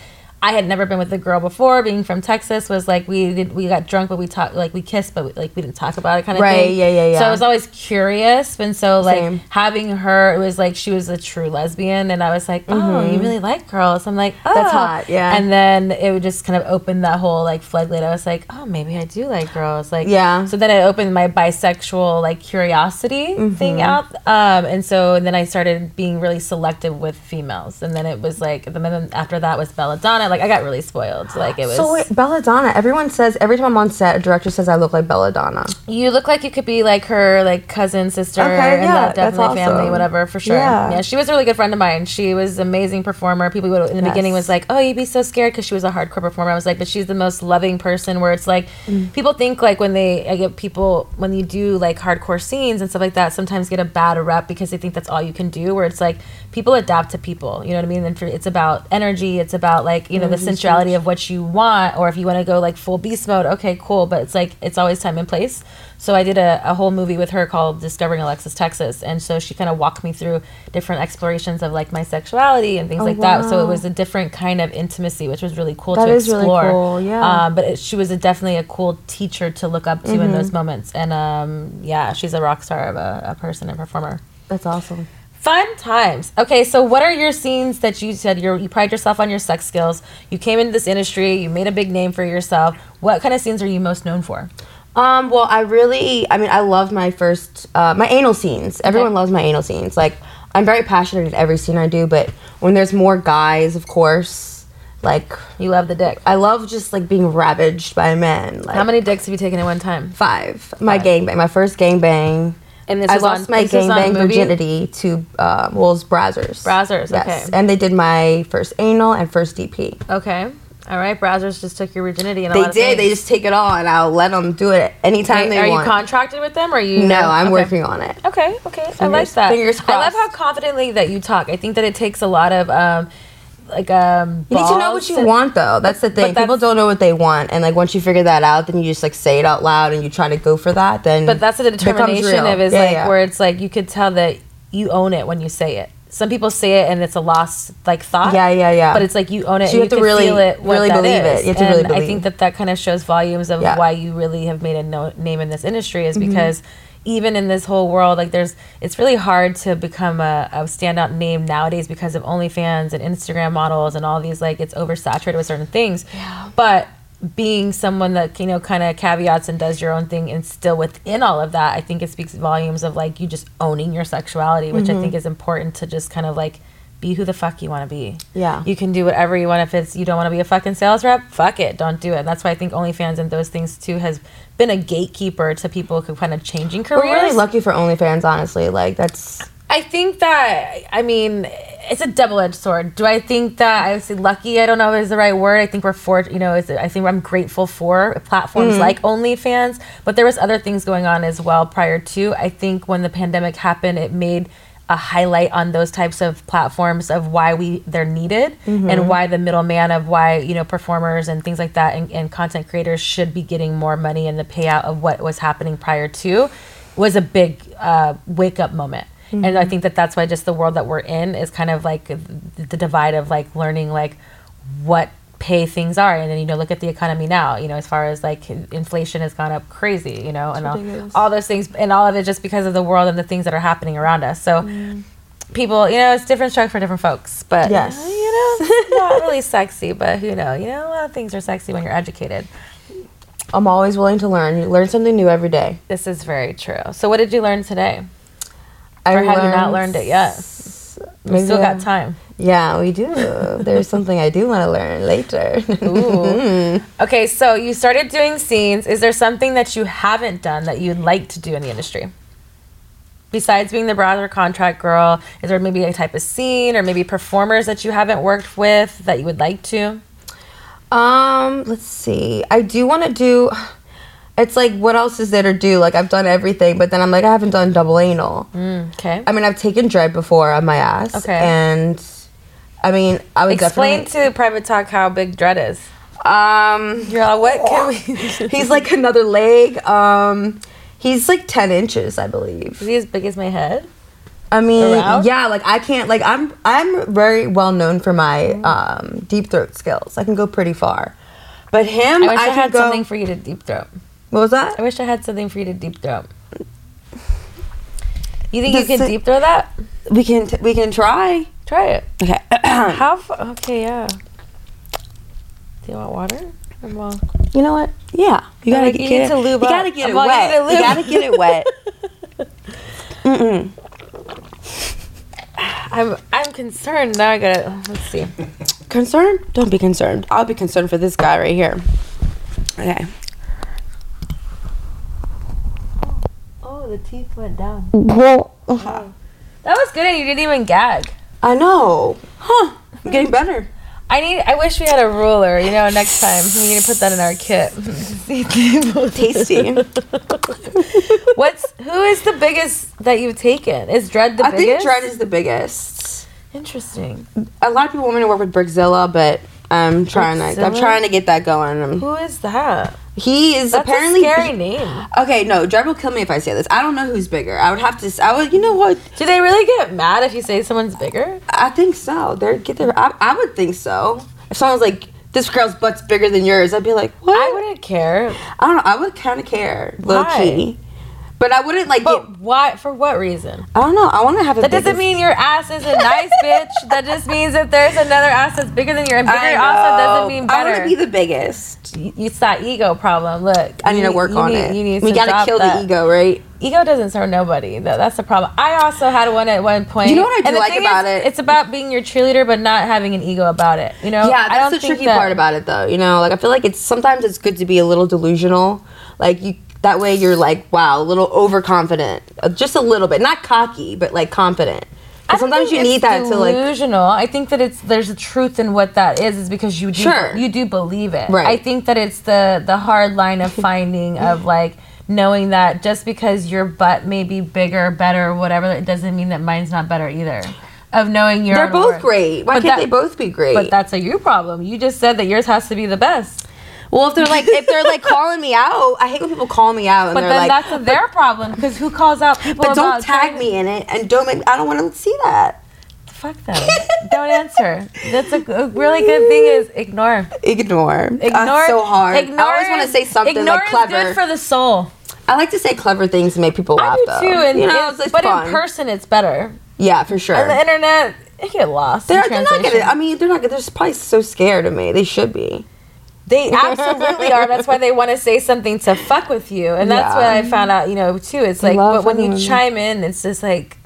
S1: I had never been with a girl before. Being from Texas was like we did. We got drunk, but we talked like we kissed, but we, like we didn't talk about it, kind of
S2: Right,
S1: thing.
S2: yeah, yeah, yeah.
S1: So I was always curious, and so like
S2: Same.
S1: having her, it was like she was a true lesbian, and I was like, oh, you really like girls. I'm like, oh.
S2: Mm-hmm. That's hot, yeah.
S1: And then it would just kind of open that whole like floodlight. I was like, oh, maybe I do like girls. Like
S2: Yeah.
S1: so then it opened my bisexual like curiosity
S2: Mm-hmm.
S1: thing out, um, and so then I started being really selective with females, and then it was like, and then after that was Belladonna. Like I got really spoiled. Like it was.
S2: So wait, Belladonna. Everyone says every time I'm on set, a director says I look like Belladonna.
S1: You look like you could be like her, like cousin, sister,
S2: Okay,
S1: and
S2: yeah,
S1: that
S2: that's
S1: definitely family,
S2: awesome.
S1: whatever, for sure. Yeah.
S2: Yeah.
S1: she was a really good friend of mine. She was an amazing performer. People would, in the beginning
S2: Yes.
S1: was like, "Oh, you'd be so scared" because she was a hardcore performer. I was like, but she's the most loving person. Where it's like, people think like when they, I get people when you do like hardcore scenes and stuff like that, sometimes get a bad rep because they think that's all you can do. Where it's like people adapt to people. You know what I mean? And for, it's about energy. It's about like you know the sensuality of what you want, or if you want to go like full beast mode, okay, cool. But it's like it's always time and place. So I did a, a whole movie with her called Discovering Alexis Texas, and so she kind of walked me through different explorations of like my sexuality and things like that. So it
S2: wow.
S1: was a different kind of intimacy, which was really cool
S2: That
S1: to
S2: is really
S1: explore.
S2: cool, yeah. Mm-hmm.
S1: Um, but it, she was a, definitely a cool teacher to look up to in those moments, and um, yeah, she's a rock star of a, a person and performer.
S2: That's awesome.
S1: Fun times. Okay, so what are your scenes that you said you're, you pride yourself on your sex skills? You came into this industry, you made a big name for yourself. What kind of scenes are you most known for?
S2: Um, well, I really, I mean, I love my first, uh, my anal scenes. Everyone loves my anal scenes. Like, I'm very passionate in every scene I do, but when there's more guys, of course, like,
S1: You love the dick.
S2: I love just like being ravaged by men. Like,
S1: How many dicks have you taken at one time?
S2: Five. My gangbang, my first gangbang.
S1: And this
S2: I
S1: was
S2: lost
S1: on-
S2: my
S1: this was on
S2: gangbang
S1: movie?
S2: virginity to uh, Wolves Brazzers.
S1: Brazzers, okay.
S2: And they did my first anal and first DP.
S1: Okay. All right. Browsers just took your virginity. And a
S2: They
S1: lot of
S2: did. They
S1: things.
S2: just take it all, and I'll let them do it anytime
S1: Hey,
S2: they
S1: are
S2: want.
S1: you contracted with them? Or are you?
S2: no, I'm
S1: Okay.
S2: working on it.
S1: Okay. Okay. I like
S2: Fingers-
S1: that.
S2: fingers
S1: I love
S2: crossed.
S1: how confidently that you talk. I think that it takes a lot of um, like um.
S2: You need to know
S1: balls
S2: what you want, though. That's the thing. People
S1: that's-
S2: don't know what they want, and like once you figure that out, then you just like say it out loud and you try to go for that. Then
S1: But that's the
S2: it becomes
S1: determination
S2: real.
S1: of is
S2: Yeah,
S1: like
S2: yeah.
S1: where it's like you could tell that you own it when you say it. Some people say it and it's a lost like thought.
S2: Yeah, yeah, yeah.
S1: But it's like you own it.
S2: So
S1: and you have to really, feel it, what
S2: really
S1: that
S2: believe it.
S1: is.
S2: You have to really
S1: And I
S2: believe.
S1: think that that kind of shows volumes of
S2: Yeah. Mm-hmm.
S1: why you really have made a no- name in this industry is because even in this whole world, like there's, it's really hard to become a, a standout name nowadays because of OnlyFans and Instagram models and all these like it's oversaturated with certain things. But being someone that you know kind of caveats and does your own thing and still within all of that i think it speaks volumes of like you just owning your sexuality which
S2: Mm-hmm.
S1: i think is important to just kind of like be who the fuck you want to be
S2: Yeah.
S1: you can do whatever you want if it's you don't want to be a fucking sales rep fuck it don't do it and that's why i think onlyfans and those things too has been a gatekeeper to people who kind of changing careers
S2: We're really lucky for OnlyFans, honestly. Like that's
S1: I think that I mean it's a double edged sword. Do I think that I would say lucky? I don't know if is the right word. I think we're for you know is I think I'm grateful for platforms like OnlyFans, but there was other things going on as well prior to. I think when the pandemic happened, it made a highlight on those types of platforms of why we they're needed and why the middleman of why you know performers and things like that and, and content creators should be getting more money and the payout of what was happening prior to was a big uh, wake up moment. And
S2: Mm-hmm.
S1: I think that that's why just the world that we're in is kind of like th- the divide of like learning like what pay things are. And then, you know, look at the economy now, you know, as far as like inflation has gone up crazy, you know, and all, all those things and all of it just because of the world and the things that are happening around us. So people, you know, it's different strokes for different folks, but
S2: Mm. Yes.
S1: you know, it's not really sexy, but who know, you know, a lot of things are sexy when you're educated.
S2: I'm always willing to learn. You learn something new every day.
S1: This is very true. So what did you learn today?
S2: I
S1: Or have you not learned it yet? We
S2: Maybe
S1: still
S2: I-
S1: got time.
S2: Yeah, we do. There's something I do want to learn later. (laughs)
S1: Ooh. okay, so you started doing scenes. Is there something that you haven't done that you'd like to do in the industry? besides being the broader contract girl, is there maybe a type of scene or maybe performers that you haven't worked with that you would like to?
S2: Um, let's see. I do want to do. It's like, what else is there to do? Like, I've done everything, but then I'm like, I haven't done double anal.
S1: Okay.
S2: I mean, I've taken dread before on my ass.
S1: Okay.
S2: And I mean, I would
S1: Explain
S2: definitely.
S1: to Private Talk how big Dread is.
S2: Um,
S1: You're like, what can we?
S2: (laughs) he's like another leg. Um, he's like ten inches, I believe.
S1: Is he as big as my head?
S2: I mean,
S1: Around?
S2: yeah, like I can't like I'm I'm very well known for my
S1: Mm-hmm.
S2: um, deep throat skills. I can go pretty far, but him,
S1: I
S2: I,
S1: wish I,
S2: can
S1: had
S2: go.
S1: something for you to deep throat.
S2: what was that?
S1: I wish I had something for you to deep throat. You think
S2: The
S1: you can
S2: si-
S1: deep throw that?
S2: We can t- we can try.
S1: Try it.
S2: Okay. (clears throat)
S1: How? F- okay, yeah. Do you want water? I'm all-
S2: you know what? Yeah, you
S1: I'm
S2: gotta
S1: like,
S2: get,
S1: you
S2: get
S1: need
S2: it.
S1: to lube
S2: you gotta
S1: up.
S2: get it
S1: I'm all, you
S2: wet.
S1: need to
S2: You
S1: lube-
S2: gotta get it
S1: (laughs)
S2: wet.
S1: I'm I'm concerned. Now I gotta let's see.
S2: concerned? Don't be concerned. I'll be concerned for this guy right here. Okay.
S1: Oh, the teeth went down. Oh.
S2: uh-huh.
S1: That was good, and you didn't even gag.
S2: I know. Huh? I'm getting better.
S1: I need. I wish we had a ruler. You know, next time we need to put that in our
S2: (laughs)
S1: kit. (laughs)
S2: Tasty.
S1: What's who is the biggest that you've taken? Is Dread the
S2: I
S1: biggest?
S2: think dread is the biggest.
S1: interesting.
S2: A lot of people want me to work with Brickzilla, but I'm trying to. I'm
S1: Brickzilla?
S2: trying to get that going. Um,
S1: Who is that?
S2: He is
S1: That's
S2: apparently
S1: a scary name.
S2: Okay, no, Dread will kill me if I say this. I don't know who's bigger. I would have to. s- I would. You know what?
S1: Do they really get mad if you say someone's bigger?
S2: I think so. They get their. I, I would think so. If someone's like, "This girl's butt's bigger than yours," I'd be like, "What?"
S1: I wouldn't care.
S2: I don't know. I would kind of care, low
S1: Why?
S2: key. But I wouldn't like.
S1: But
S2: Get,
S1: why? For what reason?
S2: I don't know. I want to have. A
S1: That doesn't
S2: biggest-
S1: mean your ass isn't
S2: (laughs)
S1: nice, bitch. That just means that there's another ass that's bigger than your. And bigger
S2: I
S1: also
S2: know.
S1: doesn't mean
S2: I want
S1: better.
S2: to be the biggest.
S1: Y- it's that ego problem. Look,
S2: I need
S1: you
S2: to work
S1: you
S2: on
S1: need-
S2: it.
S1: You need
S2: we
S1: to
S2: gotta
S1: drop
S2: kill
S1: that.
S2: the ego, right?
S1: Ego doesn't serve nobody. Though. That's the problem. I also had one at one point.
S2: You know what I do
S1: And the
S2: like
S1: thing
S2: about
S1: is,
S2: it?
S1: It's about being your cheerleader, but not having an ego about it. You know.
S2: Yeah,
S1: Oh, I don't
S2: that's the
S1: think
S2: tricky
S1: that-
S2: part about it, though. You know, like I feel like it's sometimes it's good to be a little delusional. Like you, that way you're like, wow, a little overconfident, Uh, just a little bit, not cocky, but like confident. 'Cause
S1: I don't
S2: Sometimes you
S1: think
S2: need
S1: it's
S2: that to like.
S1: delusional. I think that it's there's a truth in what that is, is because you do
S2: Sure.
S1: you do believe it.
S2: Right.
S1: I think that it's the the hard line
S2: (laughs)
S1: of finding of like knowing that just because your butt may be bigger, better, whatever, it doesn't mean that mine's not better either. Of knowing your
S2: They're
S1: own
S2: both
S1: worth.
S2: great. Why
S1: But
S2: can't
S1: that-
S2: they both be great?
S1: But that's a you problem. You just said that yours has to be the best.
S2: well, if they're like, if they're like calling me out, I hate when people call me out and
S1: But
S2: they're
S1: then
S2: like,
S1: that's a their problem because who calls out people?
S2: but don't
S1: about
S2: tag
S1: trying-
S2: me in it and don't make. I don't want to see that.
S1: Fuck them. don't answer. That's a, a really good thing is ignore.
S2: Ignore.
S1: Ignore
S2: That's so hard.
S1: Ignore
S2: I always want to
S1: is-
S2: say something
S1: ignore
S2: like clever.
S1: Is good for the soul.
S2: I like to say clever things to make people laugh.
S1: I
S2: though.
S1: do too, and
S2: you know,
S1: it's-
S2: it's, it's
S1: but
S2: fun.
S1: in person it's better.
S2: yeah, for sure.
S1: On the internet, you get lost. in
S2: They're, they're not gonna.
S1: translation.
S2: I mean, they're not. They're probably so scared of me. They should be.
S1: They absolutely are. That's why they want to say something to fuck with you, and that's
S2: Yeah.
S1: what I found out. You know, too. It's like,
S2: Love
S1: but when you
S2: women.
S1: chime in, it's just like,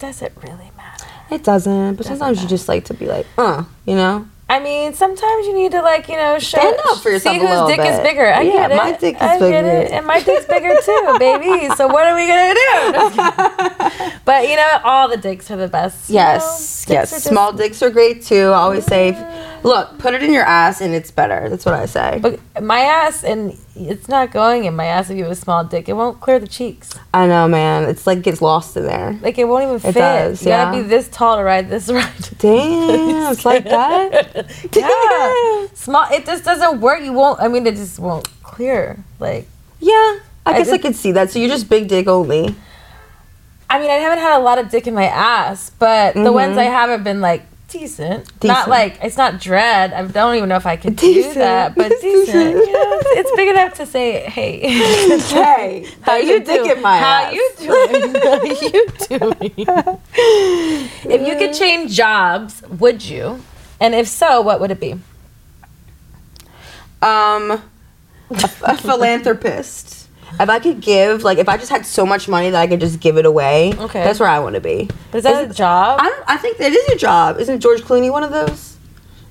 S1: does it really matter?
S2: It doesn't. But sometimes you just like to be like, uh, you know.
S1: I mean, sometimes you need to like, you know, show,
S2: Stand up for yourself
S1: see
S2: a
S1: whose
S2: little
S1: dick is
S2: bit.
S1: bigger. I
S2: Yeah,
S1: get it.
S2: my dick is
S1: I get
S2: bigger.
S1: it. And my dick's bigger
S2: (laughs)
S1: too, baby. So what are we gonna do? but you know, what? all the dicks are the best. you
S2: Yes,
S1: know?
S2: yes.
S1: Dicks are just-
S2: Small dicks are great too. I always say, if- look, put it in your ass and it's better. That's what I say.
S1: But my ass, and it's not going in my ass if you have a small dick. It won't clear the cheeks.
S2: I know, man. It's like gets lost in
S1: (laughs)
S2: there.
S1: Like it won't even fit.
S2: does,
S1: you gotta
S2: yeah.
S1: be this tall to ride this (laughs) ride.
S2: Damn, it's like that.
S1: (laughs) yeah.
S2: (laughs)
S1: Small. It just doesn't work. You won't. I mean, it just won't clear. Like.
S2: Yeah, I guess I
S1: did-
S2: could see that. So you're just big dick (laughs) only.
S1: I mean, I haven't had a lot of dick in my ass, but the ones I have have been like decent. Not
S2: Mm-hmm. Decent.
S1: like it's not dread. I don't even know if I could
S2: Decent.
S1: do that, but
S2: It's
S1: decent.
S2: (laughs) decent.
S1: You know, it's, it's big enough to say, hey. (laughs)
S2: (laughs) Hey, how you dick in my
S1: How
S2: ass?
S1: you doing? (laughs) How you doing? if you
S2: (laughs)
S1: could change jobs, would you? And if so, what would it be?
S2: um a, (laughs) a philanthropist if i could give like if i just had so much money that i could just give it away
S1: Okay.
S2: that's where i want to be
S1: But is that a
S2: Isn't-
S1: job?
S2: i don't i think that is a job isn't george clooney one of those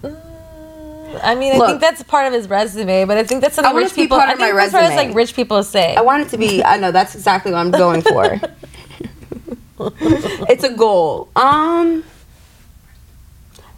S1: Mm, I mean, I
S2: Look.
S1: think that's part of his resume, but I think that's
S2: I
S1: something
S2: want it
S1: rich
S2: to be
S1: people.
S2: part
S1: I
S2: of
S1: think
S2: my
S1: that's what it's
S2: resume.
S1: like rich people say.
S2: (laughs) i want it to be i know that's exactly what i'm going for it's a goal. Um.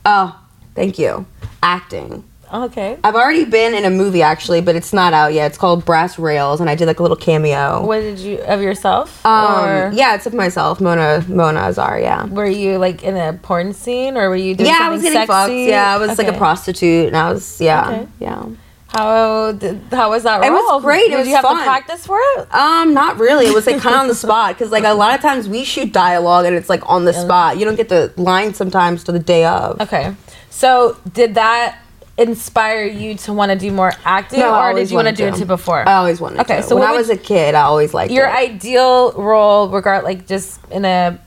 S2: Oh, thank you. Acting.
S1: Okay.
S2: I've already been in a movie actually, but it's not out yet. It's called Brass Rails, and I did like a little cameo.
S1: What did you of yourself? or
S2: Um, yeah, it's of myself, Mona Mona Azar. Yeah.
S1: were you like in a porn scene or were you doing
S2: Yeah, I
S1: something
S2: was getting
S1: sexy?
S2: fucked. Yeah, I was like a
S1: Okay.
S2: prostitute, and I was yeah,
S1: Okay.
S2: yeah.
S1: How did, how was that?
S2: It was
S1: role?
S2: great. It
S1: Did
S2: was
S1: you have
S2: fun.
S1: to practice for it?
S2: Um, not really. It was like kind of on the spot because like a lot of times we shoot dialogue and it's like on the spot. You don't get the line sometimes to the day of.
S1: Okay. So did that inspire you to want to do more acting,
S2: No, I
S1: or
S2: always
S1: did you want to
S2: wanted
S1: do it
S2: to.
S1: to before?
S2: I always wanted.
S1: Okay,
S2: to.
S1: so
S2: when
S1: what
S2: I
S1: would-
S2: was a kid, I always liked
S1: your
S2: it.
S1: ideal role, regard like just in a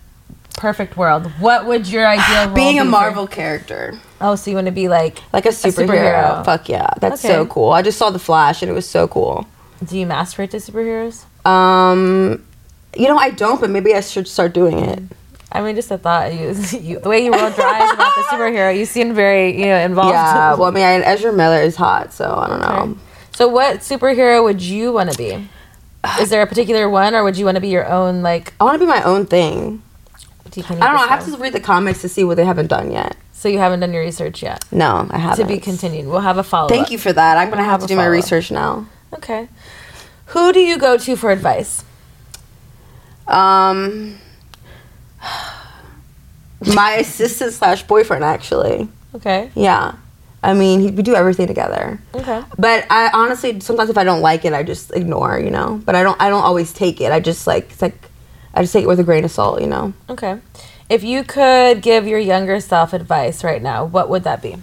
S1: perfect world, what would your ideal role
S2: (sighs) being a
S1: be for-
S2: Marvel character,
S1: Oh, so you want to be like
S2: like a superhero.
S1: superhero.
S2: Fuck yeah, that's
S1: Okay.
S2: so cool. I just saw the Flash and it was so cool.
S1: do you masturbate to superheroes?
S2: Um, you know I don't, but maybe I should start doing it.
S1: I mean, just the thought you, (laughs) you the way you rolled your eyes about the superhero, you seem very you know involved. (laughs)
S2: Yeah. Well, I mean, I, Ezra Miller is hot, so I don't know.
S1: So, what superhero would you want to be? Is there a particular one, or would you want to be your own? Like,
S2: I want to be my own thing.
S1: do you- can you
S2: I don't know. I have
S1: describe?
S2: to read the comics to see what they haven't done yet.
S1: So you haven't done your research yet.
S2: No, I
S1: To
S2: haven't.
S1: be continued. We'll have a follow.
S2: Thank you for that. I'm gonna
S1: We'll
S2: have
S1: have a
S2: to do my
S1: follow-up.
S2: research now.
S1: Okay. Who do you go to for advice?
S2: Um, (sighs) my assistant slash boyfriend actually.
S1: Okay.
S2: Yeah, I mean he- we do everything together.
S1: Okay.
S2: But I honestly sometimes if I don't like it, I just ignore, you know. But I don't. I don't always take it. I just like it's like I just take it with a grain of salt, you know.
S1: Okay. If you could give your younger self advice right now, what would that be?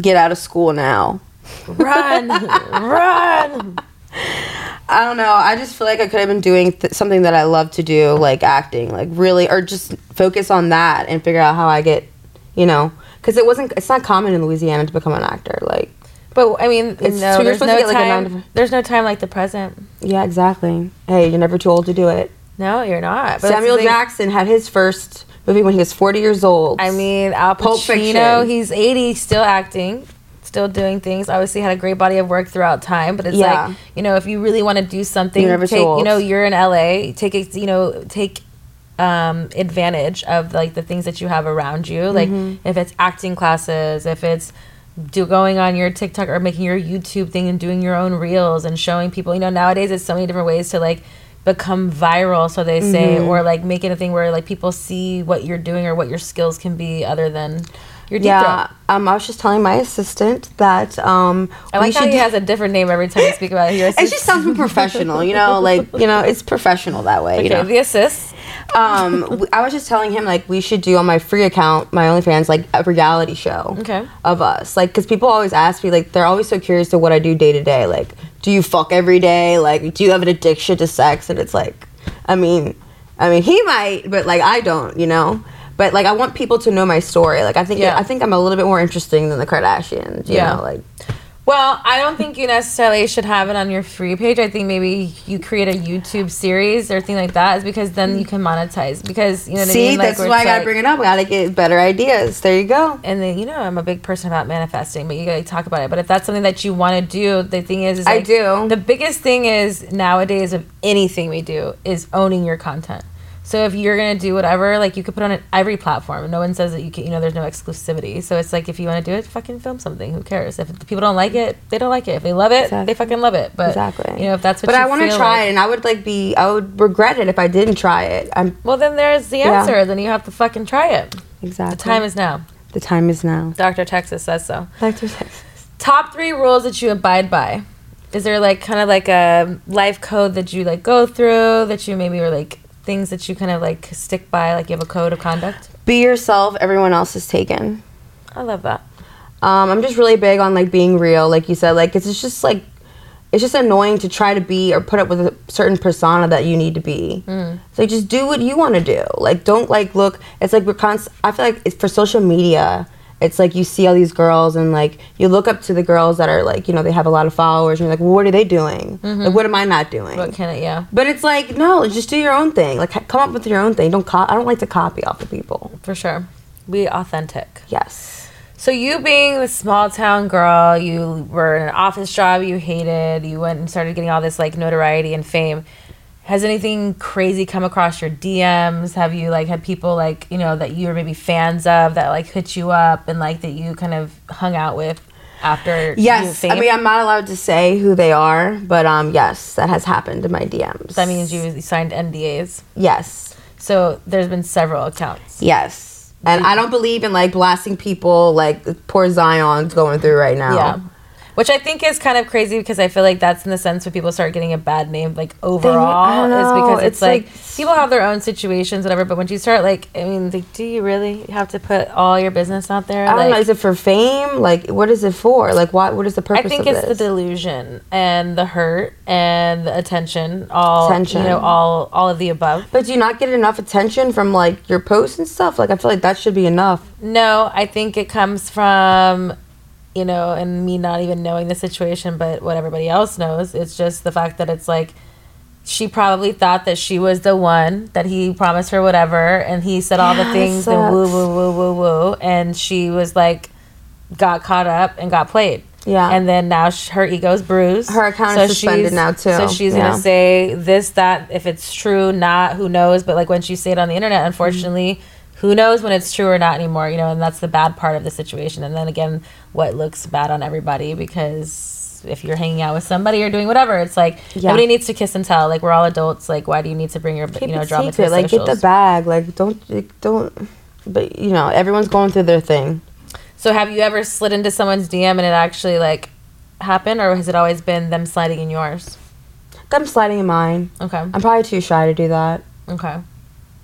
S2: Get out of school now.
S1: Run, (laughs)
S2: (laughs)
S1: run.
S2: I don't know. I just feel like I could have been doing th- something that I love to do, like acting, like really, or just focus on that and figure out how I get, you know, because it wasn't. It's not common in Louisiana to become an actor. Like,
S1: But I mean,
S2: It's-
S1: no,
S2: so you're
S1: there's
S2: supposed to
S1: no
S2: get, like, a
S1: time.
S2: nine to-
S1: there's no time like the present.
S2: yeah, exactly. Hey, you're never too old to do it.
S1: No, you're not. But that's the
S2: Samuel
S1: thing.
S2: Jackson had his first movie when he was 40 years old.
S1: I mean, Al
S2: Pulp
S1: Pacino,
S2: Fiction.
S1: he's 80, still acting, still doing things. Obviously, had a great body of work throughout time, but it's
S2: Yeah.
S1: like, you know, if you really want to do something,
S2: You're never too
S1: take, you
S2: old.
S1: know, you're in LA, take, ex- you know, take um, advantage of like the things that you have around you. Like
S2: Mm-hmm.
S1: if it's acting classes, if it's do going on your TikTok or making your YouTube thing and doing your own reels and showing people. You know, nowadays it's so many different ways to like become viral, so they say,
S2: Mm-hmm.
S1: or like make it a thing where like people see what you're doing or what your skills can be other than your deep
S2: yeah.
S1: throat.
S2: Um, I was just telling my assistant that um,
S1: I like
S2: we
S1: how
S2: should.
S1: he
S2: do-
S1: has a different name every time we speak about it. He
S2: (laughs) it just sounds more professional, you know. Like, you know, it's professional that way. you
S1: okay,
S2: know?
S1: the assist. (laughs)
S2: um, w- I was just telling him like we should do on my free account, my OnlyFans, like a reality show
S1: Okay.
S2: of us, like because people always ask me like they're always so curious to what I do day to day, like do you fuck every day, like do you have an addiction to sex, and it's like, I mean, I mean he might, but like I don't, you know. But like I want people to know my story. Like I think
S1: Yeah.
S2: I think I'm a little bit more interesting than the Kardashians. You
S1: Yeah.
S2: know, like
S1: Well, I don't think you necessarily should have it on your free page. I think maybe you create a YouTube series or thing like that, is because then you can monetize. Because you know, what I
S2: see,
S1: mean?
S2: that's
S1: where
S2: why I
S1: it's
S2: gotta
S1: like-
S2: bring it up. I gotta get better ideas. There you go.
S1: And then you know, I'm a big person about manifesting, but you gotta talk about it. But if that's something that you want to do, the thing is, is
S2: I
S1: like,
S2: do.
S1: The biggest thing is nowadays of anything we do is owning your content. So if you're gonna do whatever, like you could put on it every platform. No one says that you can. You know, there's no exclusivity. So it's like if you want to do it, fucking film something. Who cares? If the people don't like it, they don't like it. If they love it,
S2: Exactly.
S1: they fucking love it. But
S2: Exactly.
S1: you know, if that's what.
S2: But
S1: you
S2: I want to
S1: feel
S2: try
S1: like-
S2: it, and I would like be. I would regret it if I didn't try it. I'm
S1: Well, then there's the
S2: Yeah. Mm.
S1: answer. Then you have to fucking try it.
S2: exactly.
S1: The time is now.
S2: the time is now.
S1: Dr. Texas says so.
S2: Back to sex.
S1: top three rules that you abide by is there like kind of like a life code that you like go through that you maybe were like things that you kind of like stick by like you have a code of conduct
S2: Be yourself. Everyone else is taken.
S1: i love that
S2: Um, I'm just really big on like being real, like you said. Like it's just like it's just annoying to try to be or put up with a certain persona that you need to be. So just do what you want to do. Like don't like look. It's like we're const. I feel like it's for social media. It's like you see all these girls and like you look up to the girls that are like you know they have a lot of followers and you're like well, what are they doing? Like what am I not doing?
S1: but can it yeah
S2: But it's like no, just do your own thing. Like ha- come up with your own thing. Don't co- I don't like to copy off of people.
S1: for sure be authentic
S2: Yes.
S1: so you being the small town girl you were in an office job you hated you went and started getting all this like notoriety and fame Has anything crazy come across your DMs? Have you like had people like you know that you were maybe fans of that like hit you up and like that you kind of hung out with after? you
S2: Yes,
S1: fame?
S2: I mean I'm not allowed to say who they are, but um, yes, that has happened in my DMs.
S1: that means you signed NDAs.
S2: yes,
S1: So there's been several accounts.
S2: yes, and I don't believe in like blasting people like poor Zion's going through right now.
S1: Yeah. Which I think is kind of crazy because I feel like that's in the sense when people start getting a bad name, like overall, is
S2: know,
S1: because it's,
S2: it's
S1: like,
S2: like-
S1: people have their own situations, whatever. But when you start, like, I mean, like, do you really have to put all your business out there?
S2: I don't know.
S1: Like,
S2: Is it for fame? Like, what is it for? Like, why? What is the
S1: I
S2: purpose?
S1: think
S2: of
S1: it's the
S2: this?
S1: delusion and the hurt and the attention, all
S2: Attention.
S1: you know, all all of the above.
S2: But do you not get enough attention from like your posts and stuff? Like, I feel like that should be enough.
S1: No, I think it comes from, you know, and me not even knowing the situation, but what everybody else knows. It's just the fact that it's like she probably thought that she was the one that he promised her whatever, and he said all the
S2: Yeah, that
S1: things and woo
S2: sucks.
S1: woo woo woo woo, and she was like, got caught up and got played.
S2: Yeah.
S1: and then now sh- her ego's bruised.
S2: Her account is suspended
S1: she's-
S2: now, too.
S1: So she's
S2: Yeah.
S1: gonna say this, that, if it's true, not, who knows? But like when she say it on the internet,
S2: Mm-hmm.
S1: unfortunately, who knows when it's true or not anymore? You know, and that's the bad part of the situation. And then again, what looks bad on everybody because if you're hanging out with somebody or doing whatever, it's like
S2: Yeah.
S1: nobody needs to kiss and tell. Like we're all adults. Like why do you need to bring your you know
S2: it
S1: drama to
S2: secret.
S1: the
S2: Like, get
S1: socials?
S2: the bag. Like, don't like, don't. But you know, everyone's going through their thing.
S1: so have you ever slid into someone's DM and it actually like happened, or has it always been them sliding in yours?
S2: I'm sliding in mine.
S1: Okay.
S2: I'm probably too shy to do that.
S1: Okay.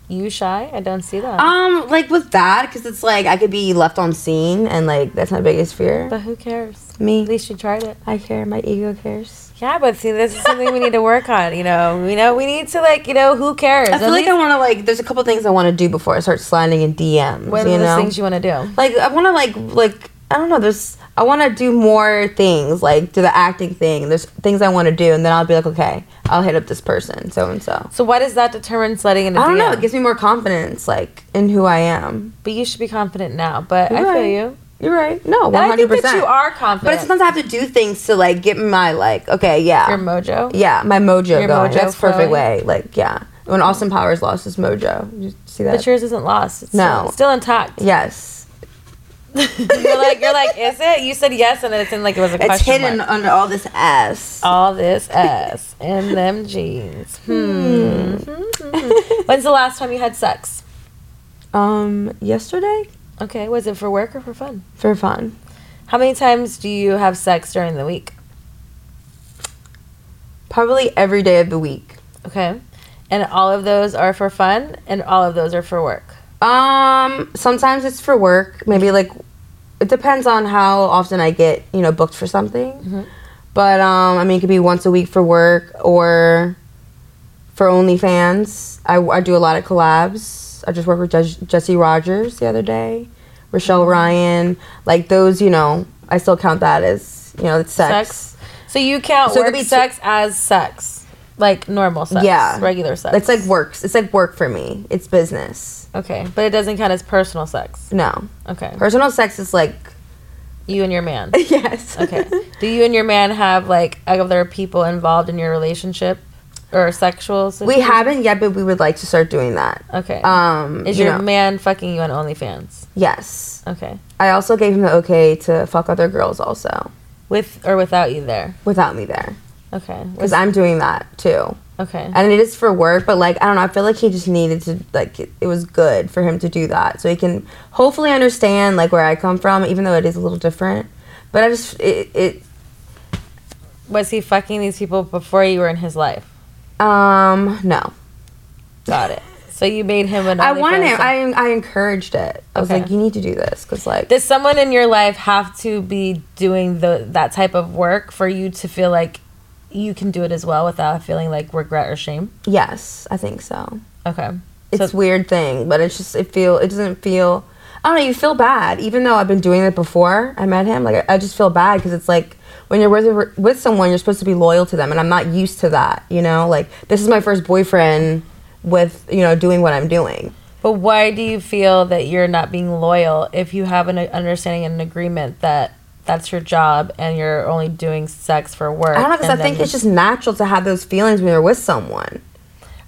S1: You shy? I don't see that.
S2: Um, like with that, because it's like I could be left on scene, and like that's my biggest fear.
S1: but who cares? At
S2: me,
S1: least you tried it.
S2: I care. My ego cares.
S1: Yeah, but see, this is something we need to work on. You know, we know we need to like, you know, who cares?
S2: I feel like I want to like. There's a couple things I want to do before I start sliding in DMs.
S1: what
S2: you
S1: are
S2: know?
S1: those things you want to do?
S2: like I want to like like I don't know. There's I want to do more things like do the acting thing. There's things I want to do, and then I'll be like, okay, I'll hit up this person, so and so.
S1: So why does that determine sliding in a
S2: I don't
S1: DM?
S2: know. It gives me more confidence, like in who I am.
S1: but you should be confident now. But I
S2: You're
S1: feel
S2: right.
S1: you.
S2: You're right. No,
S1: And
S2: one
S1: I think
S2: hundred
S1: that
S2: percent.
S1: you are
S2: But
S1: confident.
S2: sometimes I have to do things to like get my like okay, yeah,
S1: your mojo.
S2: yeah, my mojo
S1: your
S2: going.
S1: mojo
S2: That's
S1: flowing.
S2: perfect way. Like yeah, when Austin Powers lost his mojo, you see that?
S1: But yours isn't lost. It's
S2: No.
S1: still, still intact. (laughs)
S2: yes,
S1: You're like, you're like, is it? You said yes, and then it's in like it was a
S2: it's
S1: question
S2: hidden
S1: mark.
S2: under all this ass.
S1: All this ass and them jeans. Hmm. (laughs) When's the last time you had sex? Oh.
S2: Um, yesterday
S1: Okay, was it for work or for fun?
S2: for fun.
S1: How many times do you have sex during the week?
S2: Probably every day of the week.
S1: Okay. And all of those are for fun and all of those are for work.
S2: Um, sometimes it's for work. Maybe like it depends on how often I get, you know, booked for something.
S1: Mm-hmm.
S2: But um, I mean, it could be once a week for work or for OnlyFans. I, I do a lot of collabs. I just worked with Jes- Jesse Rogers the other day,
S1: Mm-hmm.
S2: Rochelle Ryan. Like those, you know, I still count that as, you know, it's
S1: Sex. So you count
S2: So it
S1: work
S2: could be t-
S1: sex as sex. Like normal sex.
S2: Yeah.
S1: Regular sex.
S2: It's like works. It's like work for me. It's business.
S1: Okay. But it doesn't count as personal sex.
S2: No.
S1: Okay.
S2: Personal sex is
S1: (laughs)
S2: like
S1: You and your man.
S2: (laughs) yes.
S1: Okay. Do you and your man have like other people involved in your relationship or sexual
S2: we
S1: situation?
S2: haven't yet, but we would like to start doing that.
S1: Okay.
S2: Um,
S1: Is
S2: you
S1: your
S2: know,
S1: man fucking you on OnlyFans?
S2: yes?
S1: Okay.
S2: I also gave him the okay to fuck other girls also
S1: With or without you there?
S2: without me there
S1: Okay.
S2: because I'm doing that too,
S1: Okay.
S2: and it is for work. But like I don't know, I feel like he just needed to like it, it was good for him to do that so he can hopefully understand like where I come from, even though it is a little different. But I just it, it
S1: Was he fucking these people before you were in his life?
S2: um no.
S1: Got it. So you made him an.
S2: I wanted
S1: OnlyFans-
S2: him. I, I encouraged it. I was
S1: Okay.
S2: like, you need to do this because like
S1: Does someone in your life have to be doing the that type of work for you to feel like you can do it as well without feeling like regret or shame?
S2: yes, I think so.
S1: Okay.
S2: It's
S1: So-
S2: weird thing, but it's just it feel it doesn't feel. I don't know. You feel bad, even though I've been doing it before I met him. Like I, I just feel bad because it's like when you're with with someone, you're supposed to be loyal to them, and I'm not used to that. You know, like this is my first boyfriend with you know doing what I'm doing.
S1: But why do you feel that you're not being loyal if you have an uh, understanding and an agreement that that's your job and you're only doing sex for work?
S2: I don't know because I
S1: and
S2: think
S1: then-
S2: it's just natural to have those feelings when you're with someone.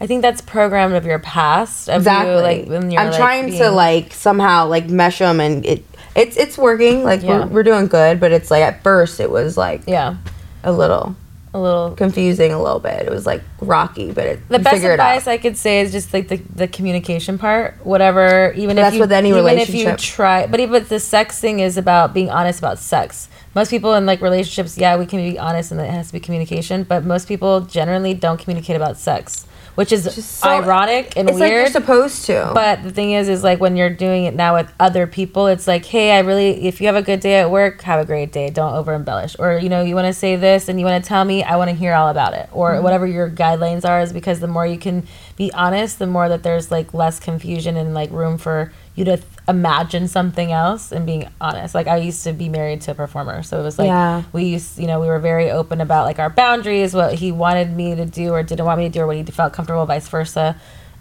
S1: I think that's programmed of your past. Of
S2: exactly.
S1: You, like, when you're,
S2: I'm trying to
S1: being-
S2: like somehow like mesh them, and it it's it's working. Like
S1: Yeah.
S2: we're, we're doing good, but it's like at first it was like
S1: Yeah.
S2: a little
S1: A little.
S2: confusing, a little bit. It was like rocky, but it
S1: The
S2: you
S1: best
S2: figure it
S1: advice
S2: out.
S1: I could say is just like the, the communication part. Whatever, even if
S2: That's
S1: you,
S2: with any
S1: even if you
S2: relationship.
S1: try, but even if the sex thing is about being honest about sex. Most people in like relationships, yeah, we can be honest and it has to be communication. But most people generally don't communicate about sex, which is
S2: Just so-
S1: ironic and
S2: It's like
S1: weird.
S2: you're supposed to.
S1: But the thing is, is like when you're doing it now with other people, it's like, hey, I really, if you have a good day at work, have a great day. Don't over embellish. Or, you know, you want to say this and you want to tell me, I want to hear all about it. Or whatever your guidelines are, is because the more you can be honest, the more that there's like less confusion and like room for you to th- imagine something else and being honest. Like I used to be married to a performer. So it was like,
S2: Yeah.
S1: we used, you know, we were very open about like our boundaries, what he wanted me to do or didn't want me to do, or what he felt comfortable, vice versa,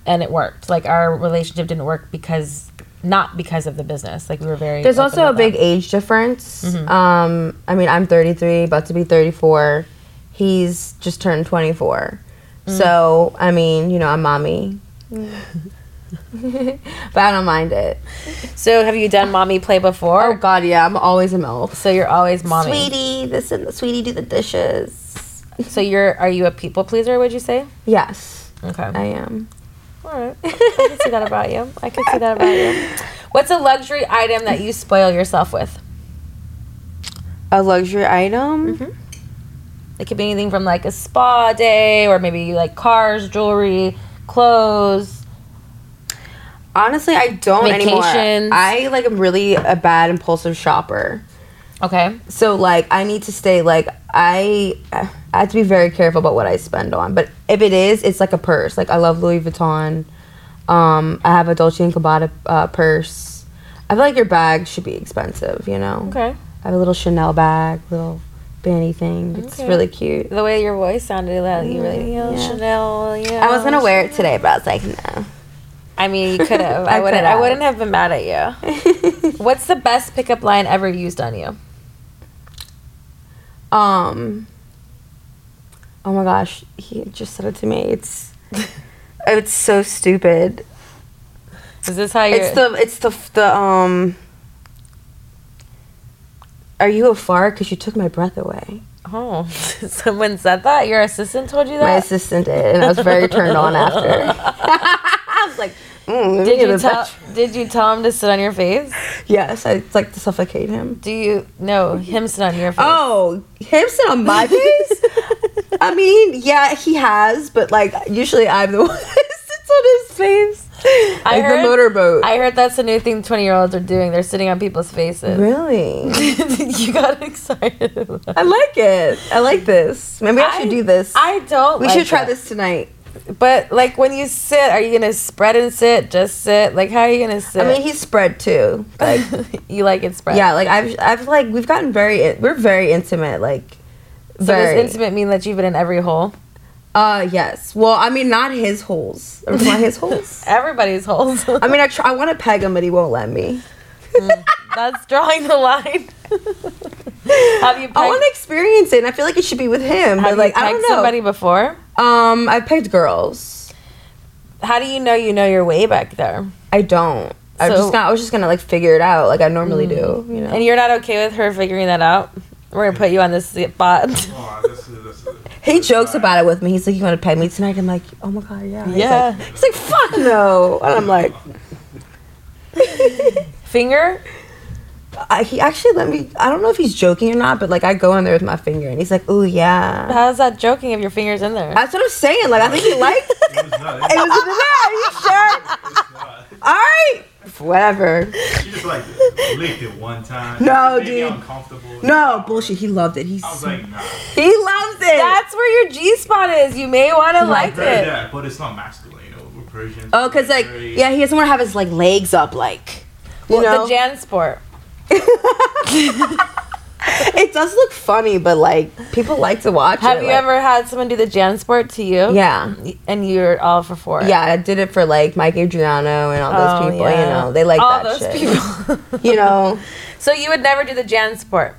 S1: and it worked. Like our relationship didn't work because not because of the business. Like we were very.
S2: There's
S1: open
S2: also a
S1: about that. Mm-hmm.
S2: big age difference. Um, I mean, I'm 33, about to be 34. He's just turned 24.
S1: Mm.
S2: So, I mean, you know,
S1: (laughs)
S2: I'm mommy. but I don't mind it.
S1: So have you done mommy play before?
S2: Oh, God, yeah, I'm always a MILF.
S1: So you're always mommy.
S2: Sweetie, this and sweetie, do the dishes.
S1: So you're are you a people pleaser? Would you say?
S2: Yes,
S1: Okay.
S2: I
S1: (laughs)
S2: am.
S1: All right. I can see that about you. I can see that about you. What's a luxury item that you spoil yourself with?
S2: A luxury
S1: Mm-hmm.
S2: item?
S1: It could be anything from like a spa day or maybe like cars, jewelry, clothes.
S2: Honestly, I don't anymore.
S1: Vacations.
S2: I like am really a bad impulsive shopper.
S1: Okay.
S2: so like i need to stay like i i have to be very careful about what i spend on but if it is it's like a purse like i love louis vuitton um i have a dolce and gabbana uh, purse i feel like your bag should be expensive you know
S1: Okay.
S2: i have a little chanel bag little banny thing it's
S1: Okay.
S2: really cute
S1: The way your voice sounded, that you really you know,
S2: Mm, Yeah.
S1: Chanel. You know.
S2: i was gonna wear it today but i was like no
S1: I mean,
S2: (laughs)
S1: you could have.
S2: I
S1: I wouldn't. I
S2: could've.
S1: wouldn't have been mad at you.
S2: (laughs)
S1: What's the best pickup line ever used on you?
S2: um oh my gosh he just said it to me it's it's so stupid
S1: Is this how you?
S2: It's the it's the the um. Are you a fart? Because you took my breath away.
S1: oh, (laughs) someone said that. Your assistant told you
S2: My
S1: that.
S2: assistant did, and I was very turned on after. I was like, mm, let me
S1: did
S2: get
S1: you
S2: a
S1: tell?
S2: breath.
S1: Did you tell him to sit on your face?
S2: Yes, I it's like to suffocate him.
S1: Do you? No, him sit on your face.
S2: Oh, him sit
S1: (laughs)
S2: on my face. I mean, yeah, he has, but like usually I'm the (laughs) one that sits on his face,
S1: I
S2: like
S1: heard-
S2: the motorboat.
S1: I heard that's a new thing twenty year olds are doing. They're sitting on people's faces.
S2: really,
S1: (laughs) you got excited.
S2: I like it. I like this. Maybe I, should do this.
S1: I don't.
S2: we
S1: like
S2: should try
S1: that.
S2: this tonight.
S1: But like when you sit, are you gonna spread and sit? Just sit. Like how are you gonna sit?
S2: I mean, he's spread too.
S1: (laughs)
S2: Like,
S1: you (laughs) like it spread.
S2: yeah, like I've, I've like we've gotten very, we're very intimate. Like,
S1: So
S2: very.
S1: does intimate mean that you've been in every hole?
S2: uh, yes. Well, I mean, not his holes. Or not his
S1: (laughs)
S2: holes.
S1: Everybody's holes.
S2: (laughs) I mean, I try, I want to peg him, but he won't let me.
S1: (laughs) That's drawing the
S2: (laughs)
S1: line. have you pegged,
S2: I want to experience it, and I feel like it should be with him.
S1: have
S2: But like,
S1: you
S2: I
S1: pegged
S2: don't know.
S1: somebody before?
S2: um, I pegged girls.
S1: How do you know you know your way back there?
S2: I don't. I
S1: So- Mm.
S2: just got. I was just gonna like figure it out, like I normally do. You know.
S1: And you're not okay with her figuring that out? We're gonna put you on this spot. (laughs)
S2: he jokes about it with me. He's like, "You want to peg me tonight?" I'm like, "Oh my god, yeah." He's
S1: Yeah.
S2: Like, he's like, "Fuck no," and I'm like,
S1: Finger?
S2: I, he actually let me. I don't know if he's joking or not, but like I go in there with my finger, and he's like, "Oh yeah."
S1: How's that joking if your finger's in there?
S2: That's what I'm saying. Like I think he
S1: (laughs)
S2: liked. it was in there. Are you sure? All right. Whatever.
S3: She just like licked it one time.
S2: No,
S3: It made me
S2: dude.
S3: uncomfortable.
S2: No bullshit. He loved it. He's
S3: I was like, nah. I
S2: he loves it.
S1: That's where your G spot is. You may wanna like
S3: heard
S1: it.
S3: that, but it's not masculine. You know, we're Persians.
S2: oh, cause like
S3: Very-
S2: yeah, he doesn't want to have his like legs up like. You
S1: Well,
S2: know,
S1: the Jan sport.
S2: it does look funny, but like people like to watch it.
S1: Have you
S2: like-
S1: ever had someone do the Jan sport to you?
S2: Yeah.
S1: And you're all for for it.
S2: Yeah, I did it for like Mike Adriano and all those
S1: Oh,
S2: people.
S1: yeah.
S2: You know, they like
S1: all
S2: that
S1: those
S2: (laughs) shit.
S1: people.
S2: You know,
S1: so you would never do the Jan sport.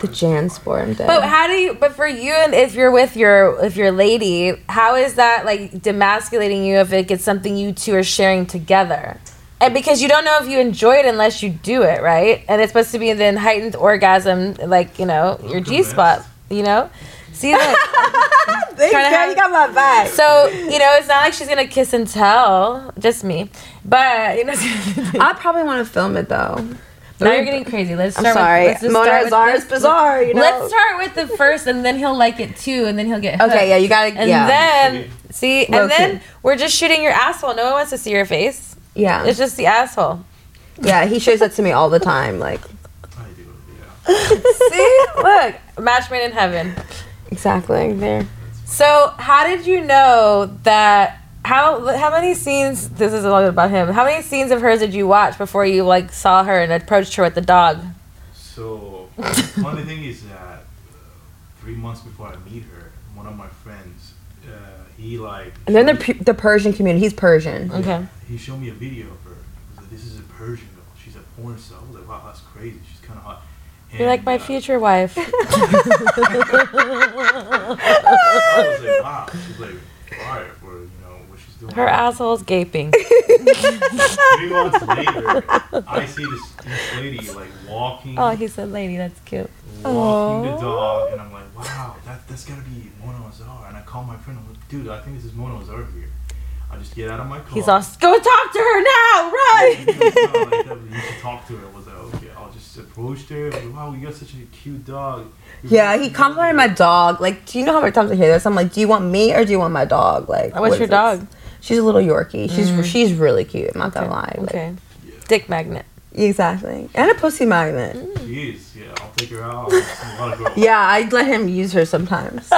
S2: the Jansporn thing.
S1: But how do you? But for you, and if you're with your if your lady, how is that like demasculating you if it gets something you two are sharing together? And because you don't know if you enjoy it unless you do it, right? And it's supposed to be then heightened orgasm, like you know your
S3: Welcome,
S1: G spot, you know. See that?
S2: Thanks,
S1: trying to
S2: girl,
S1: have-
S2: you got my back.
S1: so you know it's not like she's gonna kiss and tell, just me. But you know, (laughs) now
S2: I probably want to film it though.
S1: you're getting crazy. Let's
S2: I'm
S1: start.
S2: sorry,
S1: With, let's just start
S2: Mona
S1: with-
S2: Zara's bizarre. You know.
S1: Let's start with the first, and then he'll like it too, and then he'll get. hooked.
S2: Okay, yeah, you gotta.
S1: And
S2: yeah,
S1: then see, and
S2: Real
S1: then
S2: cute.
S1: we're just shooting your asshole. No one wants to see your face.
S2: yeah,
S1: It's just the asshole.
S2: yeah. He shows that to me all the time. (laughs) Like
S3: I do, yeah.
S1: See, look, match made in heaven.
S2: (laughs) exactly there.
S1: So, how did you know that? How how many scenes? This is a little bit about him. How many scenes of hers did you watch before you like saw her and approached her with the dog?
S3: So, (laughs) funny thing is that uh, three months before I meet her, one of my friends, uh, he like.
S2: And then the P- the Persian community. He's Persian.
S1: Okay.
S3: He showed me a video of her. He was like, this is a Persian girl. She's a porn star. I was like, wow, that's crazy. She's kind of hot.
S1: You're like
S3: And,
S1: my
S3: uh,
S1: future wife.
S3: I was like, wow, she's like fire for you know what she's doing.
S1: Her (laughs) asshole's gaping.
S3: (laughs) Three months later, I see this, this lady like walking,
S1: Oh, he said, "Lady, that's cute."
S3: walking the dog, and I'm like, wow, that that's gotta be Mona Azar. And I call my friend. I'm like, dude, I think this is Mona Azar here. I just get out of my car.
S1: He's all, "Go talk to her now,
S3: (laughs) He
S1: run!"
S3: was kinda like that, You should talk to her. I was like, okay, I'll just approach her. Like, wow, you got such a cute dog.
S2: Yeah, he complimented my dog. Like, do you know how many times I hear this? I'm like, do you want me or do you want my dog? Mm. Like,
S1: What's
S2: what is
S1: your
S2: this?
S1: dog?
S2: She's a little Yorkie. She's she's really cute. I'm not gonna lie. Like,
S1: Okay. Dick magnet.
S2: Exactly. And a pussy magnet.
S3: She is. Yeah, I'll take her out. She's a lot of girls.
S2: Yeah, I let him use her (laughs) sometimes.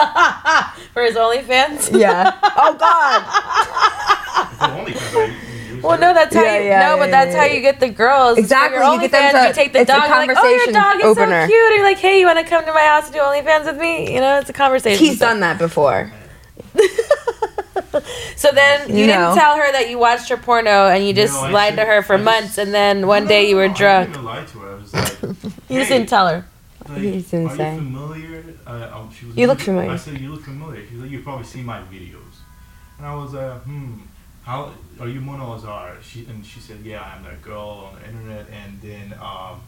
S1: For his OnlyFans?
S2: yeah. Oh God.
S3: Only 'cause I use
S1: Well,
S3: her.
S1: no, that's how
S2: Yeah,
S1: you
S2: yeah,
S1: no, but
S2: yeah,
S1: that's
S2: yeah,
S1: how
S2: yeah.
S1: you get the girls.
S2: Exactly,
S1: For your
S2: you get them
S1: OnlyFans,
S2: to-
S1: you take the
S2: it's a
S1: dog. you're like, oh, your
S2: conversation
S1: dog is
S2: opener.
S1: so cute. You're like, hey, you want to come to my house and do OnlyFans with me? You know, it's a conversation.
S2: He's done that before.
S1: So then you
S2: You
S1: didn't
S2: know.
S1: tell her that you watched her porno and you just
S3: No, I
S1: lied to
S3: should-
S1: her for
S3: I just-
S1: months, and then one
S3: No,
S1: day you
S3: no,
S1: were
S3: no, I
S1: drunk.
S3: didn't even lie to her. I was
S1: (laughs)
S3: like,
S1: You just
S3: "Hey,
S1: didn't tell her.
S3: Like,
S2: He's
S3: Are
S2: insane.
S3: you familiar? Uh, um, she was
S2: You look
S3: looking-
S2: familiar.
S3: I said, you look familiar. She's like, you've probably seen my videos. And I was like, hmm, how are you Mona Azar? She, and she said, yeah, I'm that girl on the internet. And then, um,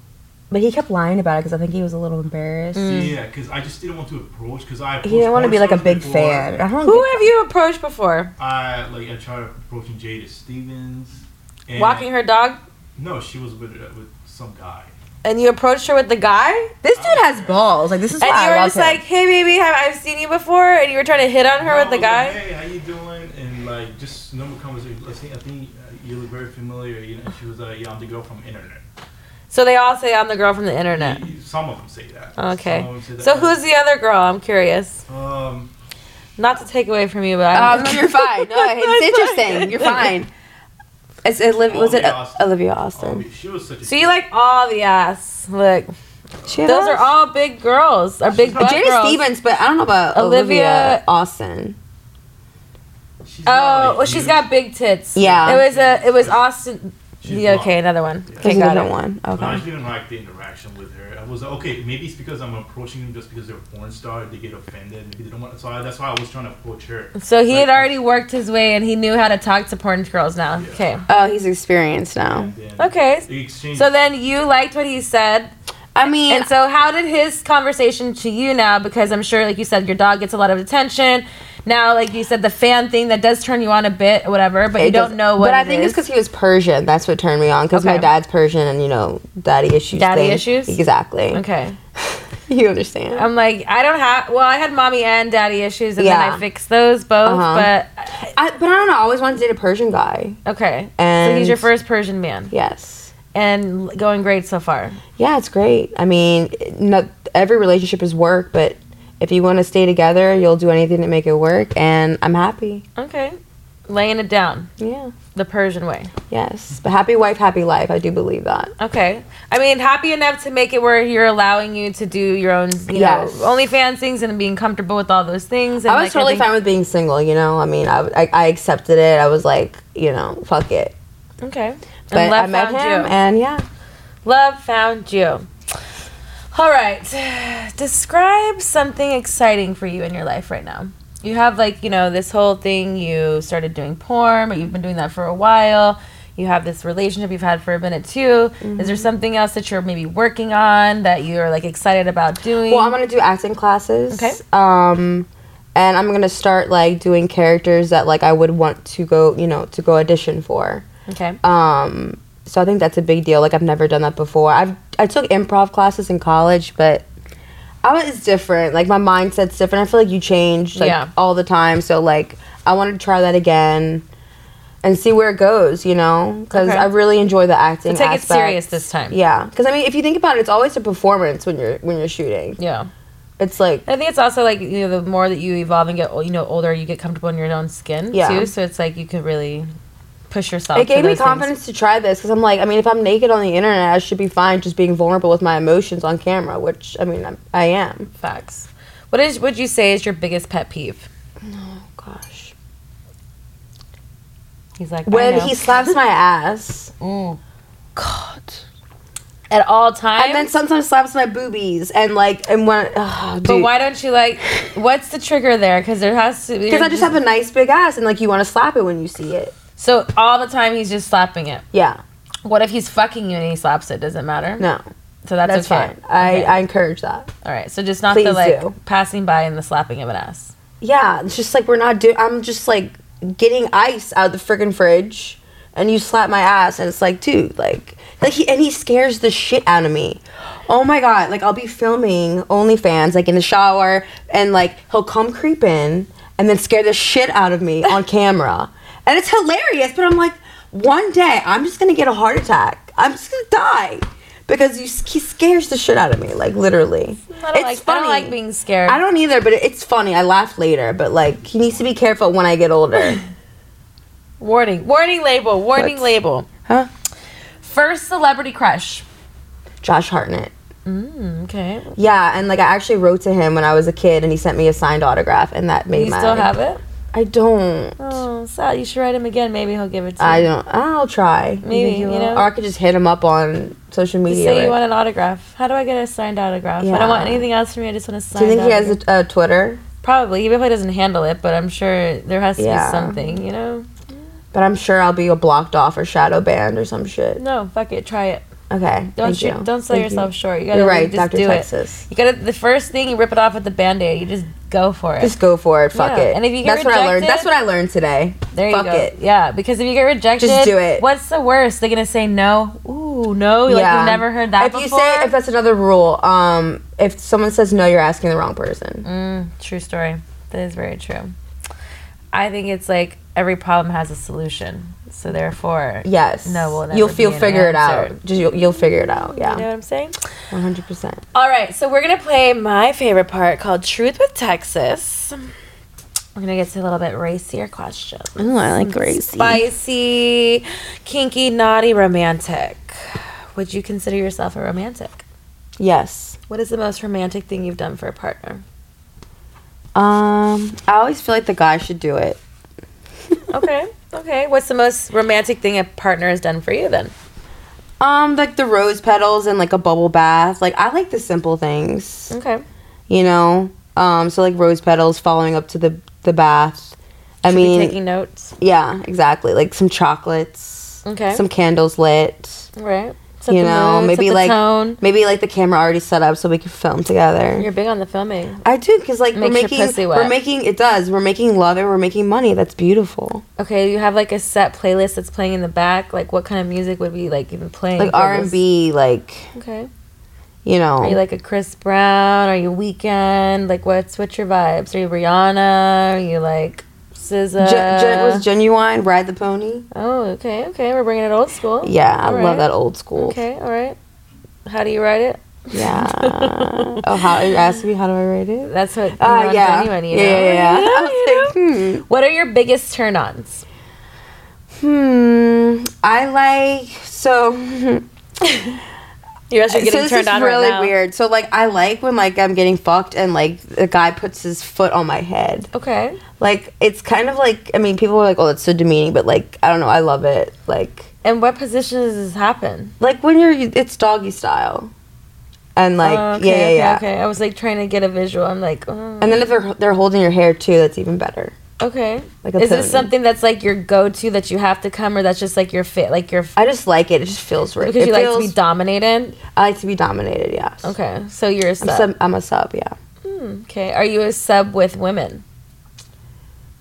S2: But he kept lying about it because I think he was a little embarrassed.
S3: yeah, because I just didn't want to approach because I
S2: Hmm. He didn't want to be like a big fan.
S3: fan.
S2: I don't
S1: Who
S2: get-
S1: have you approached before?
S3: I like I tried approaching Jada Stevens. And
S1: Walking her dog,
S3: No, she was with uh, with some guy.
S1: and you approached her with the guy, and
S2: this dude has balls. Like this is why
S1: you
S2: I
S1: were
S2: love
S1: just
S2: him.
S1: like, hey, baby, have I've seen you before, and you were trying to hit on her
S3: No,
S1: with the
S3: I was like,
S1: guy.
S3: hey, how you doing? And like just normal conversation. I think I think uh, you look very familiar. You know, she was like, yeah, I'm the girl from internet.
S1: So they all say I'm the girl from the internet.
S3: Some of them say that.
S1: Okay.
S3: Some of them say
S1: So
S3: that.
S1: who's the other girl? I'm curious.
S3: Um,
S1: Not to take away from you, but I'm
S2: (laughs) Um, no, you're fine. No, (laughs) it's interesting. You're fine. It's, it, was it
S3: Olivia Austin.
S2: Olivia
S3: oh,
S2: Austin?
S3: she was such a.
S1: so you like all the ass. Look,
S2: She had
S1: those are
S2: us.
S1: all big girls. Are big butt
S2: Jada
S1: girls.
S2: Stevens, but I don't know about Olivia,
S1: Olivia-
S2: Austin.
S3: She's
S1: Oh,
S3: not, like,
S1: well, she's
S3: huge.
S1: got big tits.
S2: Yeah.
S1: It was a. It was Austin.
S3: She's
S1: yeah,
S3: blonde.
S1: okay, another one.
S2: There's
S1: Okay,
S2: a
S1: got
S2: different
S1: it.
S2: one.
S3: But I
S2: Okay.
S3: just didn't like the interaction with her. I was like, okay, maybe it's because I'm approaching them just because they're a porn star. They get offended. Maybe they don't want. So I, that's why I was trying to approach her.
S1: So he had already worked his way and he knew how to talk to porn girls now. Okay.
S2: Oh, he's experienced now.
S3: And then
S1: Okay.
S3: The exchange.
S1: So then you liked what he said,
S2: I mean,
S1: And so, how did his conversation to you now? Because I'm sure, like you said, your dog gets a lot of attention. Now, like you said, the fan thing that does turn you on a bit, or whatever, but you
S2: It
S1: don't
S2: doesn't-
S1: know what.
S2: But I
S1: it
S2: think it's
S1: is.
S2: because he was Persian. That's what turned me on. Because my
S1: Okay.
S2: dad's Persian, and you know, daddy issues.
S1: Daddy
S2: thing.
S1: issues?
S2: Exactly.
S1: Okay,
S2: (laughs)
S1: Oh.
S2: You understand?
S1: I'm like, I don't have. Well, I had mommy and daddy issues, and then
S2: Yeah.
S1: I fixed those both.
S2: Uh-huh.
S1: But
S2: I, but I don't know. I always wanted to date a Persian guy.
S1: okay, so he's
S2: And-
S1: your first Persian man,
S2: Yes.
S1: and going great so far.
S2: Yeah, it's great. I mean, not every relationship is work, but if you want to stay together, you'll do anything to make it work, and I'm happy.
S1: Okay, laying it down
S2: Yeah.
S1: the Persian way.
S2: Yes. But happy wife, happy life. I do believe that.
S1: Okay. I mean, happy enough to make it where you're allowing you to do your own, you
S2: Yes.
S1: know, OnlyFans things and being comfortable with all those things. And
S2: I was
S1: like,
S2: totally
S1: everything-
S2: fine with being single. You know, I mean, I, I I accepted it. I was like, you know, fuck it.
S1: Okay.
S2: But
S1: and love
S2: I met
S1: found
S2: him,
S1: you.
S2: and yeah.
S1: love found you. All right. Describe something exciting for you in your life right now. You have like, you know, this whole thing you started doing porn, but you've been doing that for a while. You have this relationship you've had for a minute too. Is
S2: Mm-hmm.
S1: there something else that you're maybe working on that you're like excited about doing?
S2: Well, I'm gonna do acting classes.
S1: Okay.
S2: Um, and I'm gonna start like doing characters that like I would want to go, you know, to go audition for.
S1: okay.
S2: Um, so I think that's a big deal. Like I've never done that before. I've I took improv classes in college, but I was different. Like my mindset's different. I feel like you change like
S1: Yeah.
S2: all the time. So like I wanted to try that again and see where it goes. You know, because
S1: Okay.
S2: I really enjoy the acting.
S1: So take it
S2: aspect.
S1: serious this time.
S2: Yeah, because I mean, if you think about it, it's always a performance when you're when you're shooting.
S1: Yeah.
S2: It's like
S1: I think it's also like you know the more that you evolve and get ol- you know older, you get comfortable in your own skin
S2: Yeah.
S1: too. So it's like you could really push yourself.
S2: it
S1: to
S2: gave me
S1: those things.
S2: confidence to try this because I'm like, I mean, if I'm naked on the internet, I should be fine just being vulnerable with my emotions on camera, which I mean, I'm, I am.
S1: Facts. What is would you say is your biggest pet peeve?
S2: Gosh,
S1: He's like
S2: when
S1: I know.
S2: he
S1: (laughs)
S2: slaps my ass
S1: Mm. God at all times.
S2: and then sometimes slaps my boobies and like and when ugh,
S1: but
S2: dude.
S1: why don't you like? What's the trigger there? Because there has to be.
S2: Because I just have a nice big ass and like you want to slap it when you see it.
S1: So all the time he's just slapping it.
S2: Yeah,
S1: What if he's fucking you and he slaps it? Doesn't matter.
S2: no,
S1: So that's,
S2: that's
S1: okay.
S2: fine. I,
S1: Okay.
S2: I encourage that.
S1: all right. So just not
S2: Please
S1: the like
S2: do.
S1: passing by and the slapping of an ass.
S2: Yeah, it's just like we're not doing. I'm just like getting ice out of the friggin' fridge, and you slap my ass, and it's like, dude, like, like he and he scares the shit out of me. Oh my god, like I'll be filming OnlyFans, like in the shower, and like he'll come creep in and then scare the shit out of
S1: (laughs)
S2: me on camera, and it's hilarious. But I'm like, one day I'm just gonna get a heart attack. I'm just gonna die. Because you, s- he scares the shit out of me, like literally.
S1: I don't like- I don't like being scared.
S2: I don't either, but it- it's funny. I laugh later, but like he needs to be careful when I
S1: (laughs)
S2: get older.
S1: Warning. Warning label. Warning
S2: What's-
S1: label.
S2: Huh?
S1: First celebrity crush.
S2: Josh Hartnett.
S1: Mm, okay.
S2: Yeah, and like I actually wrote to him when I was a kid, and he sent me a signed autograph, and that made
S1: You
S2: my.
S1: still have it?
S2: I don't.
S1: Oh, sad. You should write him again. Maybe he'll give it to you.
S2: I don't. I'll try. You
S1: Maybe,
S2: think
S1: you
S2: will?
S1: know?
S2: or I could just hit him up on social
S1: You
S2: media.
S1: say
S2: right?
S1: you want an autograph. How do I get a signed autograph? I
S2: Yeah.
S1: don't want anything else from you. I just want a
S2: Do
S1: signed.
S2: you think he
S1: autograph.
S2: has a, a Twitter?
S1: Probably. He probably doesn't handle it, but I'm sure there has to
S2: Yeah.
S1: be something. You know?
S2: But I'm sure I'll be blocked off or shadow banned or some shit.
S1: No. Fuck it. Try it.
S2: Okay.
S1: Don't
S2: thank
S1: shoot.
S2: you.
S1: Don't sell
S2: Thank
S1: yourself short. You gotta
S2: You're
S1: really
S2: right,
S1: just
S2: Dr.
S1: do
S2: Texas.
S1: it. You gotta. The first thing you rip it off with the band aid. You just go for it.
S2: Just go for it. Fuck
S1: Yeah,
S2: it.
S1: and if you get
S2: that's what I learned.
S1: rejected-
S2: That's what I learned today.
S1: There
S2: Fuck
S1: you go.
S2: it.
S1: Yeah, because if you get rejected,
S2: Just do it.
S1: What's the worst? They're gonna say no. Ooh, no. Like you've never heard that
S2: If
S1: before.
S2: you say, if that's another rule, um, if someone says no, you're asking the wrong person.
S1: Mm, true story. That is very true. I think it's like every problem has a solution. So therefore,
S2: Yes.
S1: No will never
S2: You'll feel
S1: be an
S2: figure it
S1: answer.
S2: out. Just you'll, you'll figure it out.
S1: You know
S2: Yeah.
S1: what I'm saying?
S2: One hundred percent.
S1: All right, so we're gonna play my favorite part called "Truth with Texas." We're gonna get to a little bit racier questions.
S2: Oh, I like Gracie.
S1: Spicy, kinky, naughty, romantic. Would you consider yourself a romantic?
S2: Yes.
S1: What is the most romantic thing you've done for a partner?
S2: Um, I always feel like the guy should do it.
S1: Okay, okay. What's the most romantic thing a partner has done for you then?
S2: Um, like the rose petals and like a bubble bath. Like I like the simple things.
S1: Okay.
S2: You know. Um, so like rose petals following up to the the bath. I
S1: Should be
S2: mean,
S1: taking notes.
S2: yeah, exactly. Like some chocolates.
S1: Okay.
S2: Some candles lit.
S1: Right. Set
S2: you
S1: the
S2: know,
S1: mood, set
S2: maybe
S1: the
S2: like
S1: tone.
S2: maybe like the camera already set up so we can film together.
S1: You're big on the filming.
S2: I do because like we're
S1: Makes your
S2: making
S1: pussy wet.
S2: we're making it does we're making love and we're making money. That's beautiful.
S1: Okay, you have like a set playlist that's playing in the back. Like, what kind of music would be like even playing?
S2: Like
S1: for
S2: R and
S1: this?
S2: B, like
S1: Okay.
S2: you know,
S1: Are you like a Chris Brown? Are you Weekend? Like, what's what's your vibes? Are you Rihanna? Are you like SZA?
S2: Ge-
S1: uh,
S2: Gen- was genuine. Ride the pony.
S1: oh, okay, okay. We're bringing it old school.
S2: Yeah, I
S1: All right.
S2: love that old school.
S1: Okay, all right. How do you write it? (laughs)
S2: Yeah. oh, how you asked me how do I rate it?
S1: That's what. you
S2: Uh,
S1: want
S2: yeah.
S1: genuine, you
S2: yeah,
S1: know? (laughs)
S2: yeah, yeah.
S1: You know,
S2: I was
S1: you
S2: like, (laughs)
S1: know?
S2: hmm.
S1: What are your biggest turn-ons?
S2: Hmm. I like so. (laughs)
S1: You're actually getting
S2: this
S1: turned
S2: is
S1: on
S2: really
S1: right now.
S2: weird. So like I like when like I'm getting fucked and like the guy puts his foot on my head.
S1: Okay.
S2: Like it's kind of like I mean people are like oh that's so demeaning but like I don't know I love it. Like
S1: And what position does this happen?
S2: like when you're it's doggy style. and like
S1: Oh,
S2: yeah, yeah,
S1: okay,
S2: yeah.
S1: Okay, okay. I was like trying to get a visual. I'm like, oh,
S2: And then if they're they're holding your hair too, that's even better.
S1: okay.
S2: Like a
S1: Is
S2: pony.
S1: this something that's like your go-to that you have to come, or that's just like your fit, like your
S2: I just like it. It just feels right.
S1: because
S2: It
S1: you like to
S2: feels-
S1: be dominated?
S2: I like to be dominated. Yeah.
S1: Okay, so you're a
S2: I'm,
S1: sub. Hmm,
S2: sub, I'm a sub. Yeah.
S1: Okay, are you a sub with women?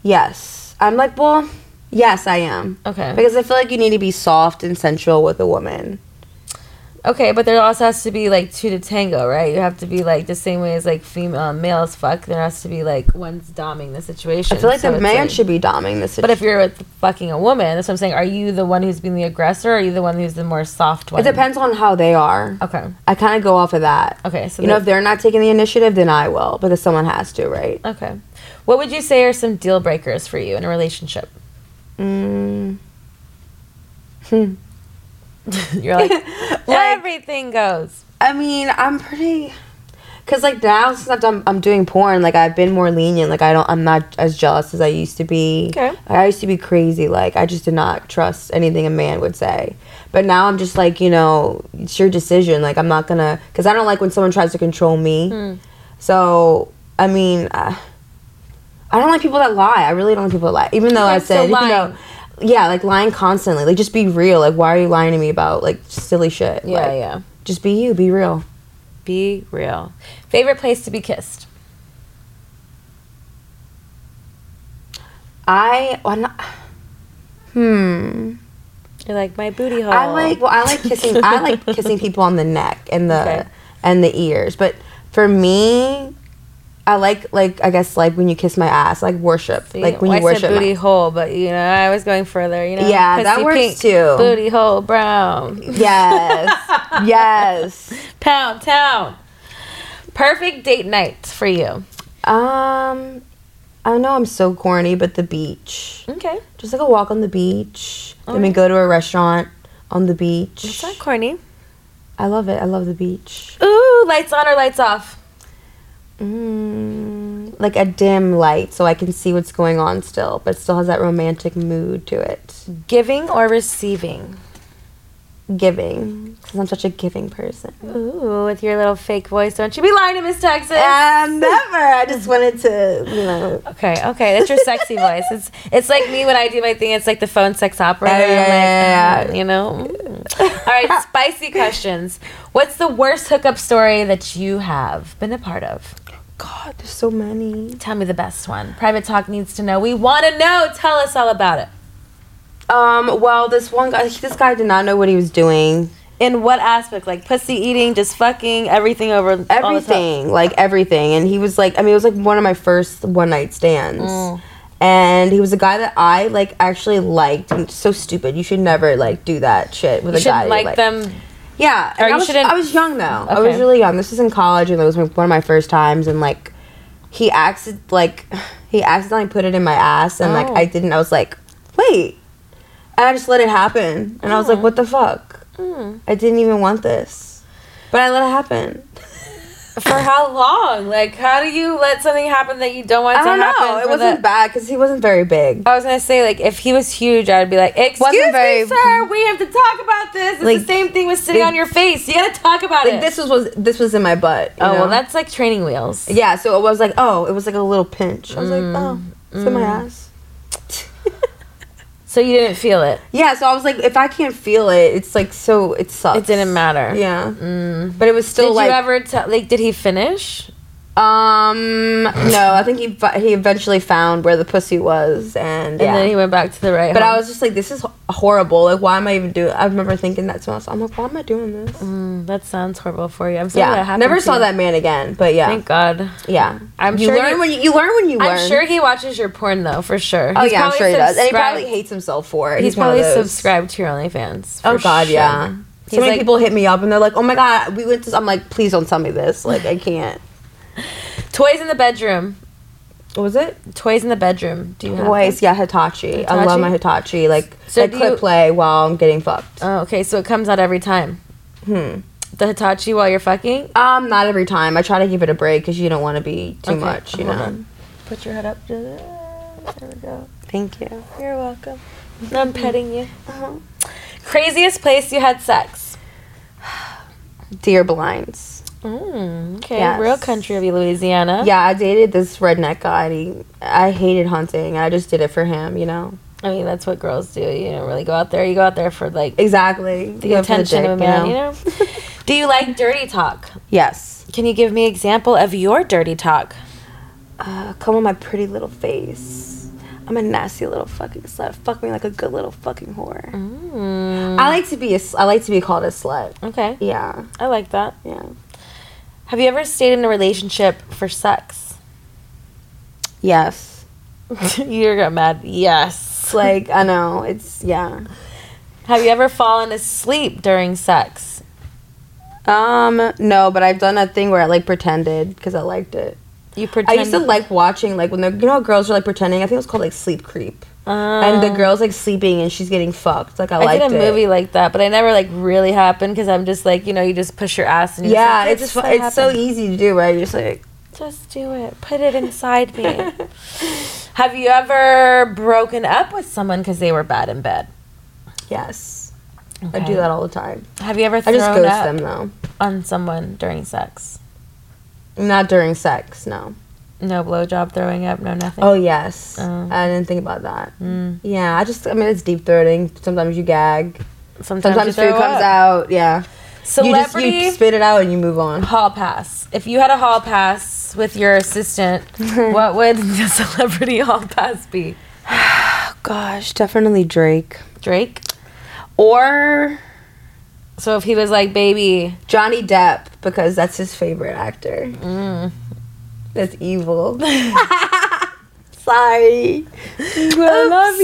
S2: Yes. I'm like well. Yes, I am.
S1: Okay.
S2: Because I feel like you need to be soft and sensual with a woman.
S1: Okay, but there also has to be like two to tango, right? You have to be like the same way as like female and males fuck. There has to be like one's doming the situation.
S2: I feel like
S1: So
S2: the
S1: it's,
S2: man
S1: like-
S2: should be doming this.
S1: But if you're with fucking a woman, that's what I'm saying. Are you the one who's being the aggressor, or are you the one who's the more soft one?
S2: it depends on how they are.
S1: Okay.
S2: I kind of go off of that.
S1: Okay, so
S2: you know,
S1: the-
S2: if they're not taking the initiative, then I will. Because someone has to, right?
S1: Okay. What would you say are some deal breakers for you in a relationship?
S2: Mm.
S1: You're
S2: (laughs)
S1: like, everything goes.
S2: I mean, I'm pretty. Cause like now since I've done, I'm doing porn. Like I've been more lenient. Like I don't, I'm not as jealous as I used to be.
S1: Okay.
S2: I used to be crazy. Like I just did not trust anything a man would say. But now I'm just like, you know, it's your decision. Like I'm not gonna, cause I don't like when someone tries to control me.
S1: Hmm.
S2: So I mean, uh, I don't like people that lie. I really don't like people that lie. Even though I
S1: Okay, so
S2: said, you
S1: lying.
S2: know, yeah, like lying constantly. Like just be real. Like why are you lying to me about like silly shit?
S1: Yeah,
S2: Like,
S1: yeah.
S2: Just be you. Be real.
S1: Be real. Favorite place to be kissed?
S2: I I'm not, hmm.
S1: You're like my booty hole.
S2: I like well I like kissing I
S1: (laughs)
S2: like kissing people on the neck and the
S1: Okay.
S2: and the ears. But for me I like like I guess like when you kiss my ass, like worship. like
S1: Well,
S2: when you
S1: I said
S2: worship my-
S1: booty hole, but you know, I was going further. You know,
S2: Yeah, that
S1: Pussy
S2: works
S1: pink,
S2: too.
S1: Booty hole brown,
S2: (laughs) Yes. yes.
S1: pound town. Perfect date night for you.
S2: Um I know I'm so corny, but the beach.
S1: Okay,
S2: Just like a walk on the beach. Then we go to a restaurant on the beach.
S1: it's not corny.
S2: I love it. I love the beach.
S1: Ooh, lights on or lights off?
S2: Mm, like a dim light so I can see what's going on still, but still has that romantic mood to it.
S1: Giving or receiving?
S2: Giving, because I'm such a giving person.
S1: Ooh, with your little fake voice, don't you be lying to Miss Texas?
S2: Um, never. I just wanted to, you know.
S1: Okay, okay, that's your sexy voice. It's it's like me when I do my thing. It's like the phone sex operator.
S2: Oh, yeah,
S1: I'm like,
S2: yeah, yeah.
S1: mm, you know. mm. All right, spicy questions. What's the worst hookup story that you have been a part of?
S2: God, there's so many.
S1: Tell me the best one. Private Talk needs to know. We want to know. Tell us all about it.
S2: Um, well, this one guy, this guy did not know what he was doing.
S1: In what aspect? Like pussy eating, just fucking everything over all the top?
S2: Everything, like everything, and he was like, I mean, it was like one of my first one night stands. And he was a guy that I like actually liked. And it's so stupid. You should never like do that shit with
S1: You
S2: a guy.
S1: should
S2: you
S1: like,
S2: like
S1: them.
S2: Yeah,
S1: Or
S2: and
S1: you
S2: I was,
S1: shouldn't-
S2: I was young though. I was
S1: Okay.
S2: really young. This was in college, and it was like, one of my first times. And like, he acts like (sighs) he accidentally put it in my ass, and like
S1: Oh.
S2: I didn't. I was like, wait, and I just let it happen. And I
S1: Oh.
S2: was like, what the fuck?
S1: Hmm.
S2: I didn't even want this, but I let it happen.
S1: For how long? Like, how do you let something happen that you don't want
S2: I
S1: to
S2: don't
S1: happen?
S2: know. It
S1: for
S2: wasn't
S1: the-
S2: bad because he wasn't very big.
S1: I was gonna say like if he was huge, I'd be like, "Excuse me,
S2: very-
S1: sir, we have to talk about this." It's
S2: Like,
S1: the same thing with sitting
S2: like-
S1: on your face. You gotta talk about
S2: Like
S1: it.
S2: this was, was this was in my butt. you
S1: oh
S2: know?
S1: well, that's like training wheels.
S2: yeah. So it was like oh, it was like a little pinch. I was
S1: Mm.
S2: like oh, it's in my ass.
S1: So you didn't feel it.
S2: Yeah, so I was like, if I can't feel it, it's like so it sucks.
S1: It didn't matter. Mm.
S2: Yeah, but it was still
S1: Did
S2: like
S1: you ever tell? Like, did he finish?
S2: um no, I think he fi- he eventually found where the pussy was and yeah.
S1: And then he went back to the right.
S2: but I
S1: home.
S2: was just like, this is h- horrible. Like, why am I even doing? I remember thinking that to myself. I'm like, why am I doing this?
S1: Mm, that sounds horrible for you. I'm sorry that
S2: yeah,
S1: happened.
S2: never
S1: to
S2: saw
S1: you.
S2: that man again. But yeah,
S1: Thank God.
S2: yeah.
S1: I'm
S2: you
S1: sure
S2: learn
S1: he-
S2: when you, you learn when you learn.
S1: I'm sure he watches your porn though, for sure.
S2: oh
S1: He's
S2: yeah, I'm
S1: probably
S2: sure he does, and he
S1: subscribed-
S2: probably hates himself for it.
S1: He's,
S2: one of
S1: probably
S2: those.
S1: subscribed to your OnlyFans.
S2: Oh
S1: for
S2: God,
S1: sure.
S2: yeah. So
S1: He's
S2: many
S1: like-
S2: people hit me up and they're like, "Oh my God, we went to." I'm like, "Please don't tell me this. Like, I can't."
S1: Toys in the bedroom.
S2: What was it?
S1: Toys in the bedroom. Do you have?
S2: Voice, yeah, Hitachi. I love
S1: Hitachi?
S2: my Hitachi. Like,
S1: So
S2: I
S1: do
S2: clip
S1: you-
S2: play while I'm getting fucked.
S1: Oh, okay. So it comes out every time. Hmm. The Hitachi while you're fucking.
S2: Um, not every time. I try to give it a break because you don't want to be too
S1: Okay,
S2: much. You know.
S1: hold on. Put your head up. There we go.
S2: Thank you.
S1: You're welcome. I'm petting you. Craziest place you had sex?
S2: Dear blinds.
S1: Hmm, Okay,
S2: Yes.
S1: real country of you, Louisiana.
S2: Yeah, I dated this redneck guy. And he, I hated hunting. I just did it for him, you know.
S1: I mean that's what girls do. You don't really go out there. You go out there for like
S2: Exactly.
S1: the
S2: Go for
S1: attention
S2: dick,
S1: of a man. You know. (laughs) do you like dirty talk?
S2: Yes.
S1: Can you give me an example of your dirty talk?
S2: Uh, come on my pretty little face. I'm a nasty little fucking slut. Fuck me like a good little fucking whore.
S1: Mm.
S2: I like to be a, s- I like to be called a slut.
S1: Okay,
S2: Yeah,
S1: I like that.
S2: yeah,
S1: Have you ever stayed in a relationship for sex?
S2: yes.
S1: (laughs) You're gonna mad. Yes.
S2: It's like I know it's yeah.
S1: Have you ever fallen asleep during sex?
S2: Um, no, but I've done that thing where I like pretended because I liked it.
S1: You pretend.
S2: I used to like watching like when the you know how girls are like pretending. I think it was called like sleep creep, and the girl's like sleeping and she's getting fucked. Like I,
S1: Ah. Uh. I
S2: liked
S1: did a
S2: it.
S1: movie like that, but I never like really happened because I'm just like you know you just push your ass and you're
S2: Yeah,
S1: just like,
S2: it's fu- it's so easy to do, right? You're just like
S1: Just do it. Put it inside me. (laughs) Have you ever broken up with someone because they were bad in bed?
S2: yes. I
S1: Okay.
S2: do that all the time.
S1: Have you ever
S2: I
S1: thrown
S2: just ghost
S1: up
S2: them though.
S1: on someone during sex?
S2: Not during sex, no.
S1: No blowjob, throwing up, no nothing.
S2: Oh yes,
S1: Oh.
S2: I didn't think about that. Yeah, I just I mean it's deep throating. Sometimes you gag.
S1: sometimes,
S2: Sometimes
S1: you
S2: food
S1: throw
S2: comes
S1: up.
S2: out. Yeah, you just
S1: Celebrity
S2: you spit it out and you move on.
S1: hall pass. If you had a hall pass with your
S2: (laughs)
S1: assistant, what would the (laughs) celebrity hall pass be?
S2: Oh, Gosh, definitely Drake
S1: Drake.
S2: or
S1: So if he was like, baby,
S2: Johnny Depp because that's his favorite actor. Mm. That's (laughs) evil. Sorry. I love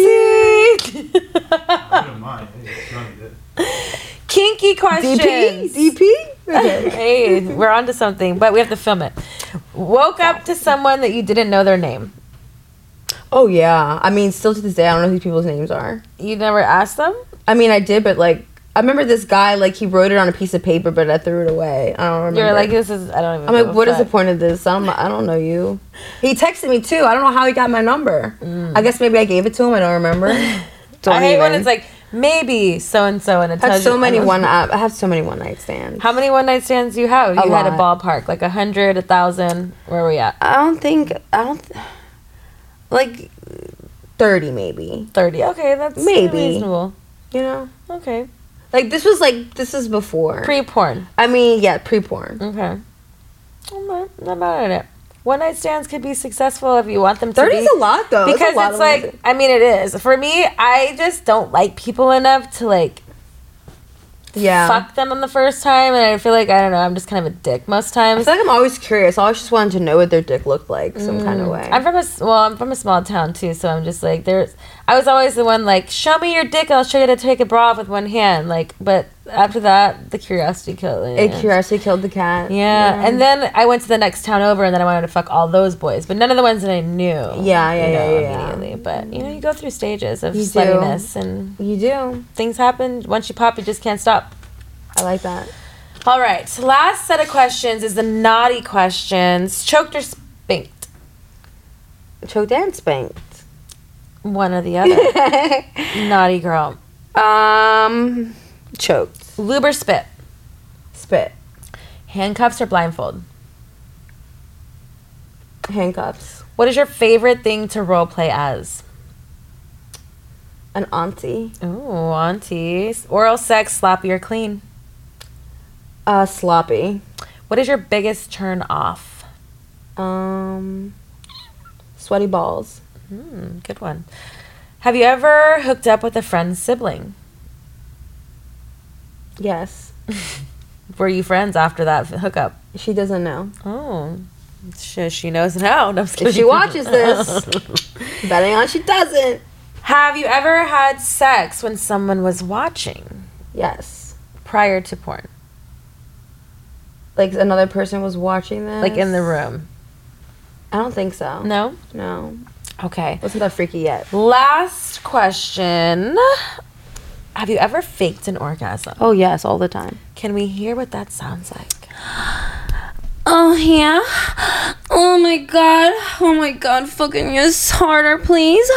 S2: you.
S3: I don't mind. It's not good.
S1: (laughs) kinky questions.
S2: DP? DP? Okay.
S1: (laughs) hey, we're onto something, but we have to film it. Woke up to someone that you didn't know their name.
S2: Oh yeah. I mean, still to this day, I don't know who these people's names are.
S1: You never asked them?
S2: I mean, I did, but like, I remember this guy like he wrote it on a piece of paper, but I threw it away. I don't remember.
S1: You're like, this is, I don't even
S2: I'm
S1: give
S2: like,
S1: a
S2: what is the
S1: fuck.
S2: point of this? I'm, I don't know you. He texted me too. I don't know how he got my number. I guess maybe I gave it to him. I don't
S1: (laughs)
S2: remember. Don't
S1: Mm. I hate when
S2: even.
S1: it's like, maybe so and so, and it
S2: I have
S1: tells
S2: so
S1: you-
S2: many one. I I have so many one night stands.
S1: How many one night stands do you have? You
S2: A
S1: had a
S2: lot.
S1: ballpark, like a hundred, a thousand. Where are we at?
S2: I don't think I don't th- like thirty maybe.
S1: Thirty. Okay, that's
S2: Maybe.
S1: reasonable.
S2: You know,
S1: Okay,
S2: like this was like this is before.
S1: pre porn.
S2: I mean, yeah, pre porn.
S1: Okay, I'm not, not mad at it. One night stands could be successful if you want them to.
S2: Thirty
S1: be.
S2: is a lot though. It's a
S1: because it's,
S2: lot of
S1: like
S2: women.
S1: I mean it is for me. I just don't like people enough to like
S2: yeah.
S1: fuck them on the first time, and I feel like I don't know. I'm just kind of a dick most
S2: I
S1: times.
S2: feel like I'm always curious. I always just wanted to know what their dick looked like, some kind of way.
S1: I'm from a s- well, I'm from a small town too, so I'm just like there's. I was always the one like, show me your dick, I'll show you how to take a bra off with one hand. Like, but after that, the curiosity killed.
S2: it
S1: Yeah.
S2: curiosity killed the cat.
S1: Yeah. and then I went to the next town over, and then I wanted to fuck all those boys, but none of the ones that I knew.
S2: yeah, yeah, yeah, yeah.
S1: Immediately, but you know, you go through stages of
S2: You do.
S1: sluttiness, and
S2: You do.
S1: things happen. Once you pop, you just can't stop.
S2: I like that.
S1: All right, so last set of questions is the naughty questions: choked or spanked,
S2: Choked
S1: (laughs)
S2: and spanked.
S1: one or the other.
S2: (laughs)
S1: naughty girl,
S2: um, choked.
S1: lube or spit,
S2: Spit.
S1: handcuffs or blindfold.
S2: Handcuffs.
S1: What is your favorite thing to role play as?
S2: An auntie.
S1: Ooh, aunties. Oral sex, sloppy or clean.
S2: Uh, sloppy.
S1: What is your biggest turn off?
S2: Um, sweaty balls.
S1: Hmm, good one. Have you ever hooked up with a friend's sibling?
S2: Yes.
S1: Were you friends after that hookup?
S2: She doesn't know.
S1: Oh, she, she knows now. No, I'm just
S2: If she
S1: kidding. (laughs)
S2: watches this, betting on she doesn't.
S1: Have you ever had sex when someone was watching
S2: Yes.
S1: prior to porn?
S2: Like another person was watching this.
S1: Like in the room?
S2: I don't think so.
S1: No?
S2: No.
S1: Okay.
S2: Wasn't that freaky yet?
S1: Last question. Have you ever faked an orgasm?
S2: Oh yes, all the time.
S1: Can we hear what that sounds like?
S4: Oh yeah. Oh my god. Oh my god. Fucking yes harder, please.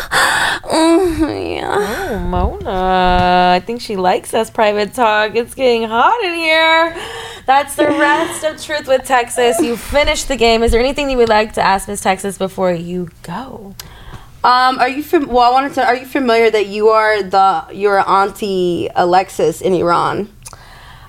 S4: Oh yeah.
S1: Oh, Mona. I think she likes us private talk. It's getting hot in here. That's the rest of Truth with Texas. You finished the game. Is there anything you would like to ask Miss Texas before you go?
S2: Um, are you fam- well? I wanted to. Are you familiar that you are the your auntie Alexis in Iran?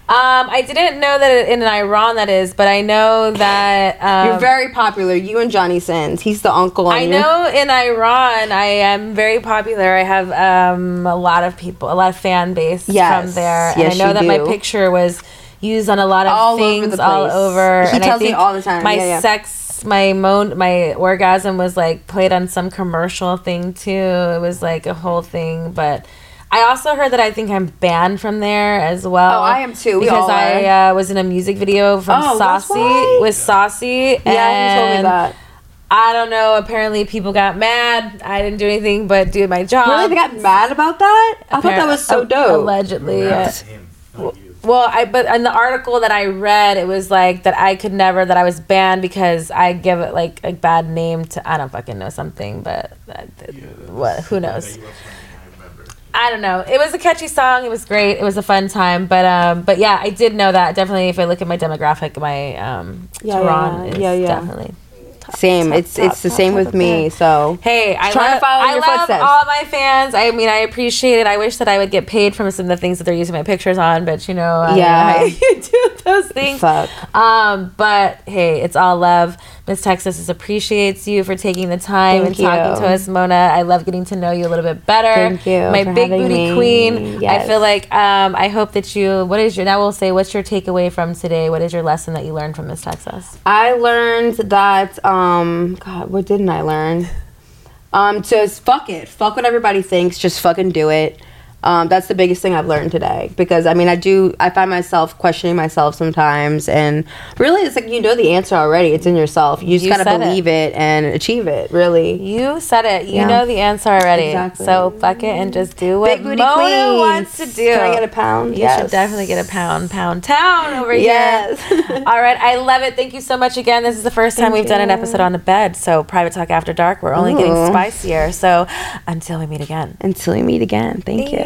S1: Um, I didn't know that in Iran that is, but I know that um,
S2: You're very popular. You and Johnny Sins. He's the uncle.
S1: I
S2: and you're-
S1: know in Iran, I am very popular. I have um, a lot of people, a lot of fan base
S2: Yes.
S1: from there. and
S2: Yes,
S1: I know
S2: you
S1: that my
S2: do.
S1: picture was used on a lot of
S2: All over
S1: things
S2: the
S1: all
S2: place.
S1: over.
S2: He
S1: and I
S2: tells me
S1: think
S2: all the time.
S1: My
S2: Yeah, yeah.
S1: sex, my moan, my orgasm was like played on some commercial thing too. It was like a whole thing, but. I also heard that I think I'm banned from there as well.
S2: Oh, I am too. We
S1: because
S2: all
S1: I uh, was in a music video from
S2: Oh, that's
S1: Saucy
S2: right.
S1: with Saucy.
S2: Yeah, he told me
S1: and
S2: that.
S1: I don't know. Apparently, people got mad. I didn't do anything but do my job.
S2: Really, they got mad about that. I thought that was so
S1: Appar- oh,
S2: dope.
S1: Allegedly,
S3: Not
S1: yeah.
S3: him, not you.
S1: Well, I but in the article that I read, it was like that I could never that I was banned because I give it like a bad name to I don't fucking know something, but that, that- what who
S3: Yeah,
S1: knows?
S3: you were funny, I remember.
S1: I don't know. It was a catchy song. It was great. It was a fun time. But um, but yeah, I did know that definitely. If I look at my demographic, my um,
S2: Yeah,
S1: Tehran
S2: yeah,
S1: is
S2: yeah, yeah.
S1: definitely
S2: Same. It's it's the same with me. So
S1: Hey, I
S2: Trying to
S1: love,
S2: follow in
S1: I
S2: your
S1: love
S2: footsteps.
S1: all my fans. I mean, I appreciate it. I wish that I would get paid from some of the things that they're using my pictures on, but you know, (laughs) I don't
S2: Yeah.
S1: know how you do those things.
S2: Fuck.
S1: Um, but hey, it's all love. Miss Texas is- appreciates you for taking the time
S2: Thank
S1: and talking
S2: you.
S1: to us, Mona. I love getting to know you a little bit better.
S2: Thank you
S1: my
S2: for
S1: big
S2: having
S1: booty
S2: me.
S1: queen. I
S2: Yes.
S1: feel like um, I hope that you. What is your? Now we'll say, what's your takeaway from today? What is your lesson that you learned from Miss Texas?
S2: I learned that. Um, God, what didn't I learn? Um, just fuck it. Fuck what everybody thinks. Just fucking do it. Um, that's the biggest thing I've learned today because I mean I do I find myself questioning myself sometimes and really it's like you know the answer already it's in yourself you just
S1: You
S2: gotta
S1: said it.
S2: believe it. and achieve it really
S1: You said it. You
S2: Yeah.
S1: know the answer already.
S2: Exactly.
S1: So fuck it and just do what Mona wants to do.
S2: can I get a pound
S1: You should definitely get a pound, pound town over (laughs)
S2: Yes.
S1: here. All right, I love it. Thank you so much again. This is the first time we've done an episode on the bed. So private talk after dark. We're only getting
S2: Ooh.
S1: spicier. So until we meet again.
S2: until we meet again thank you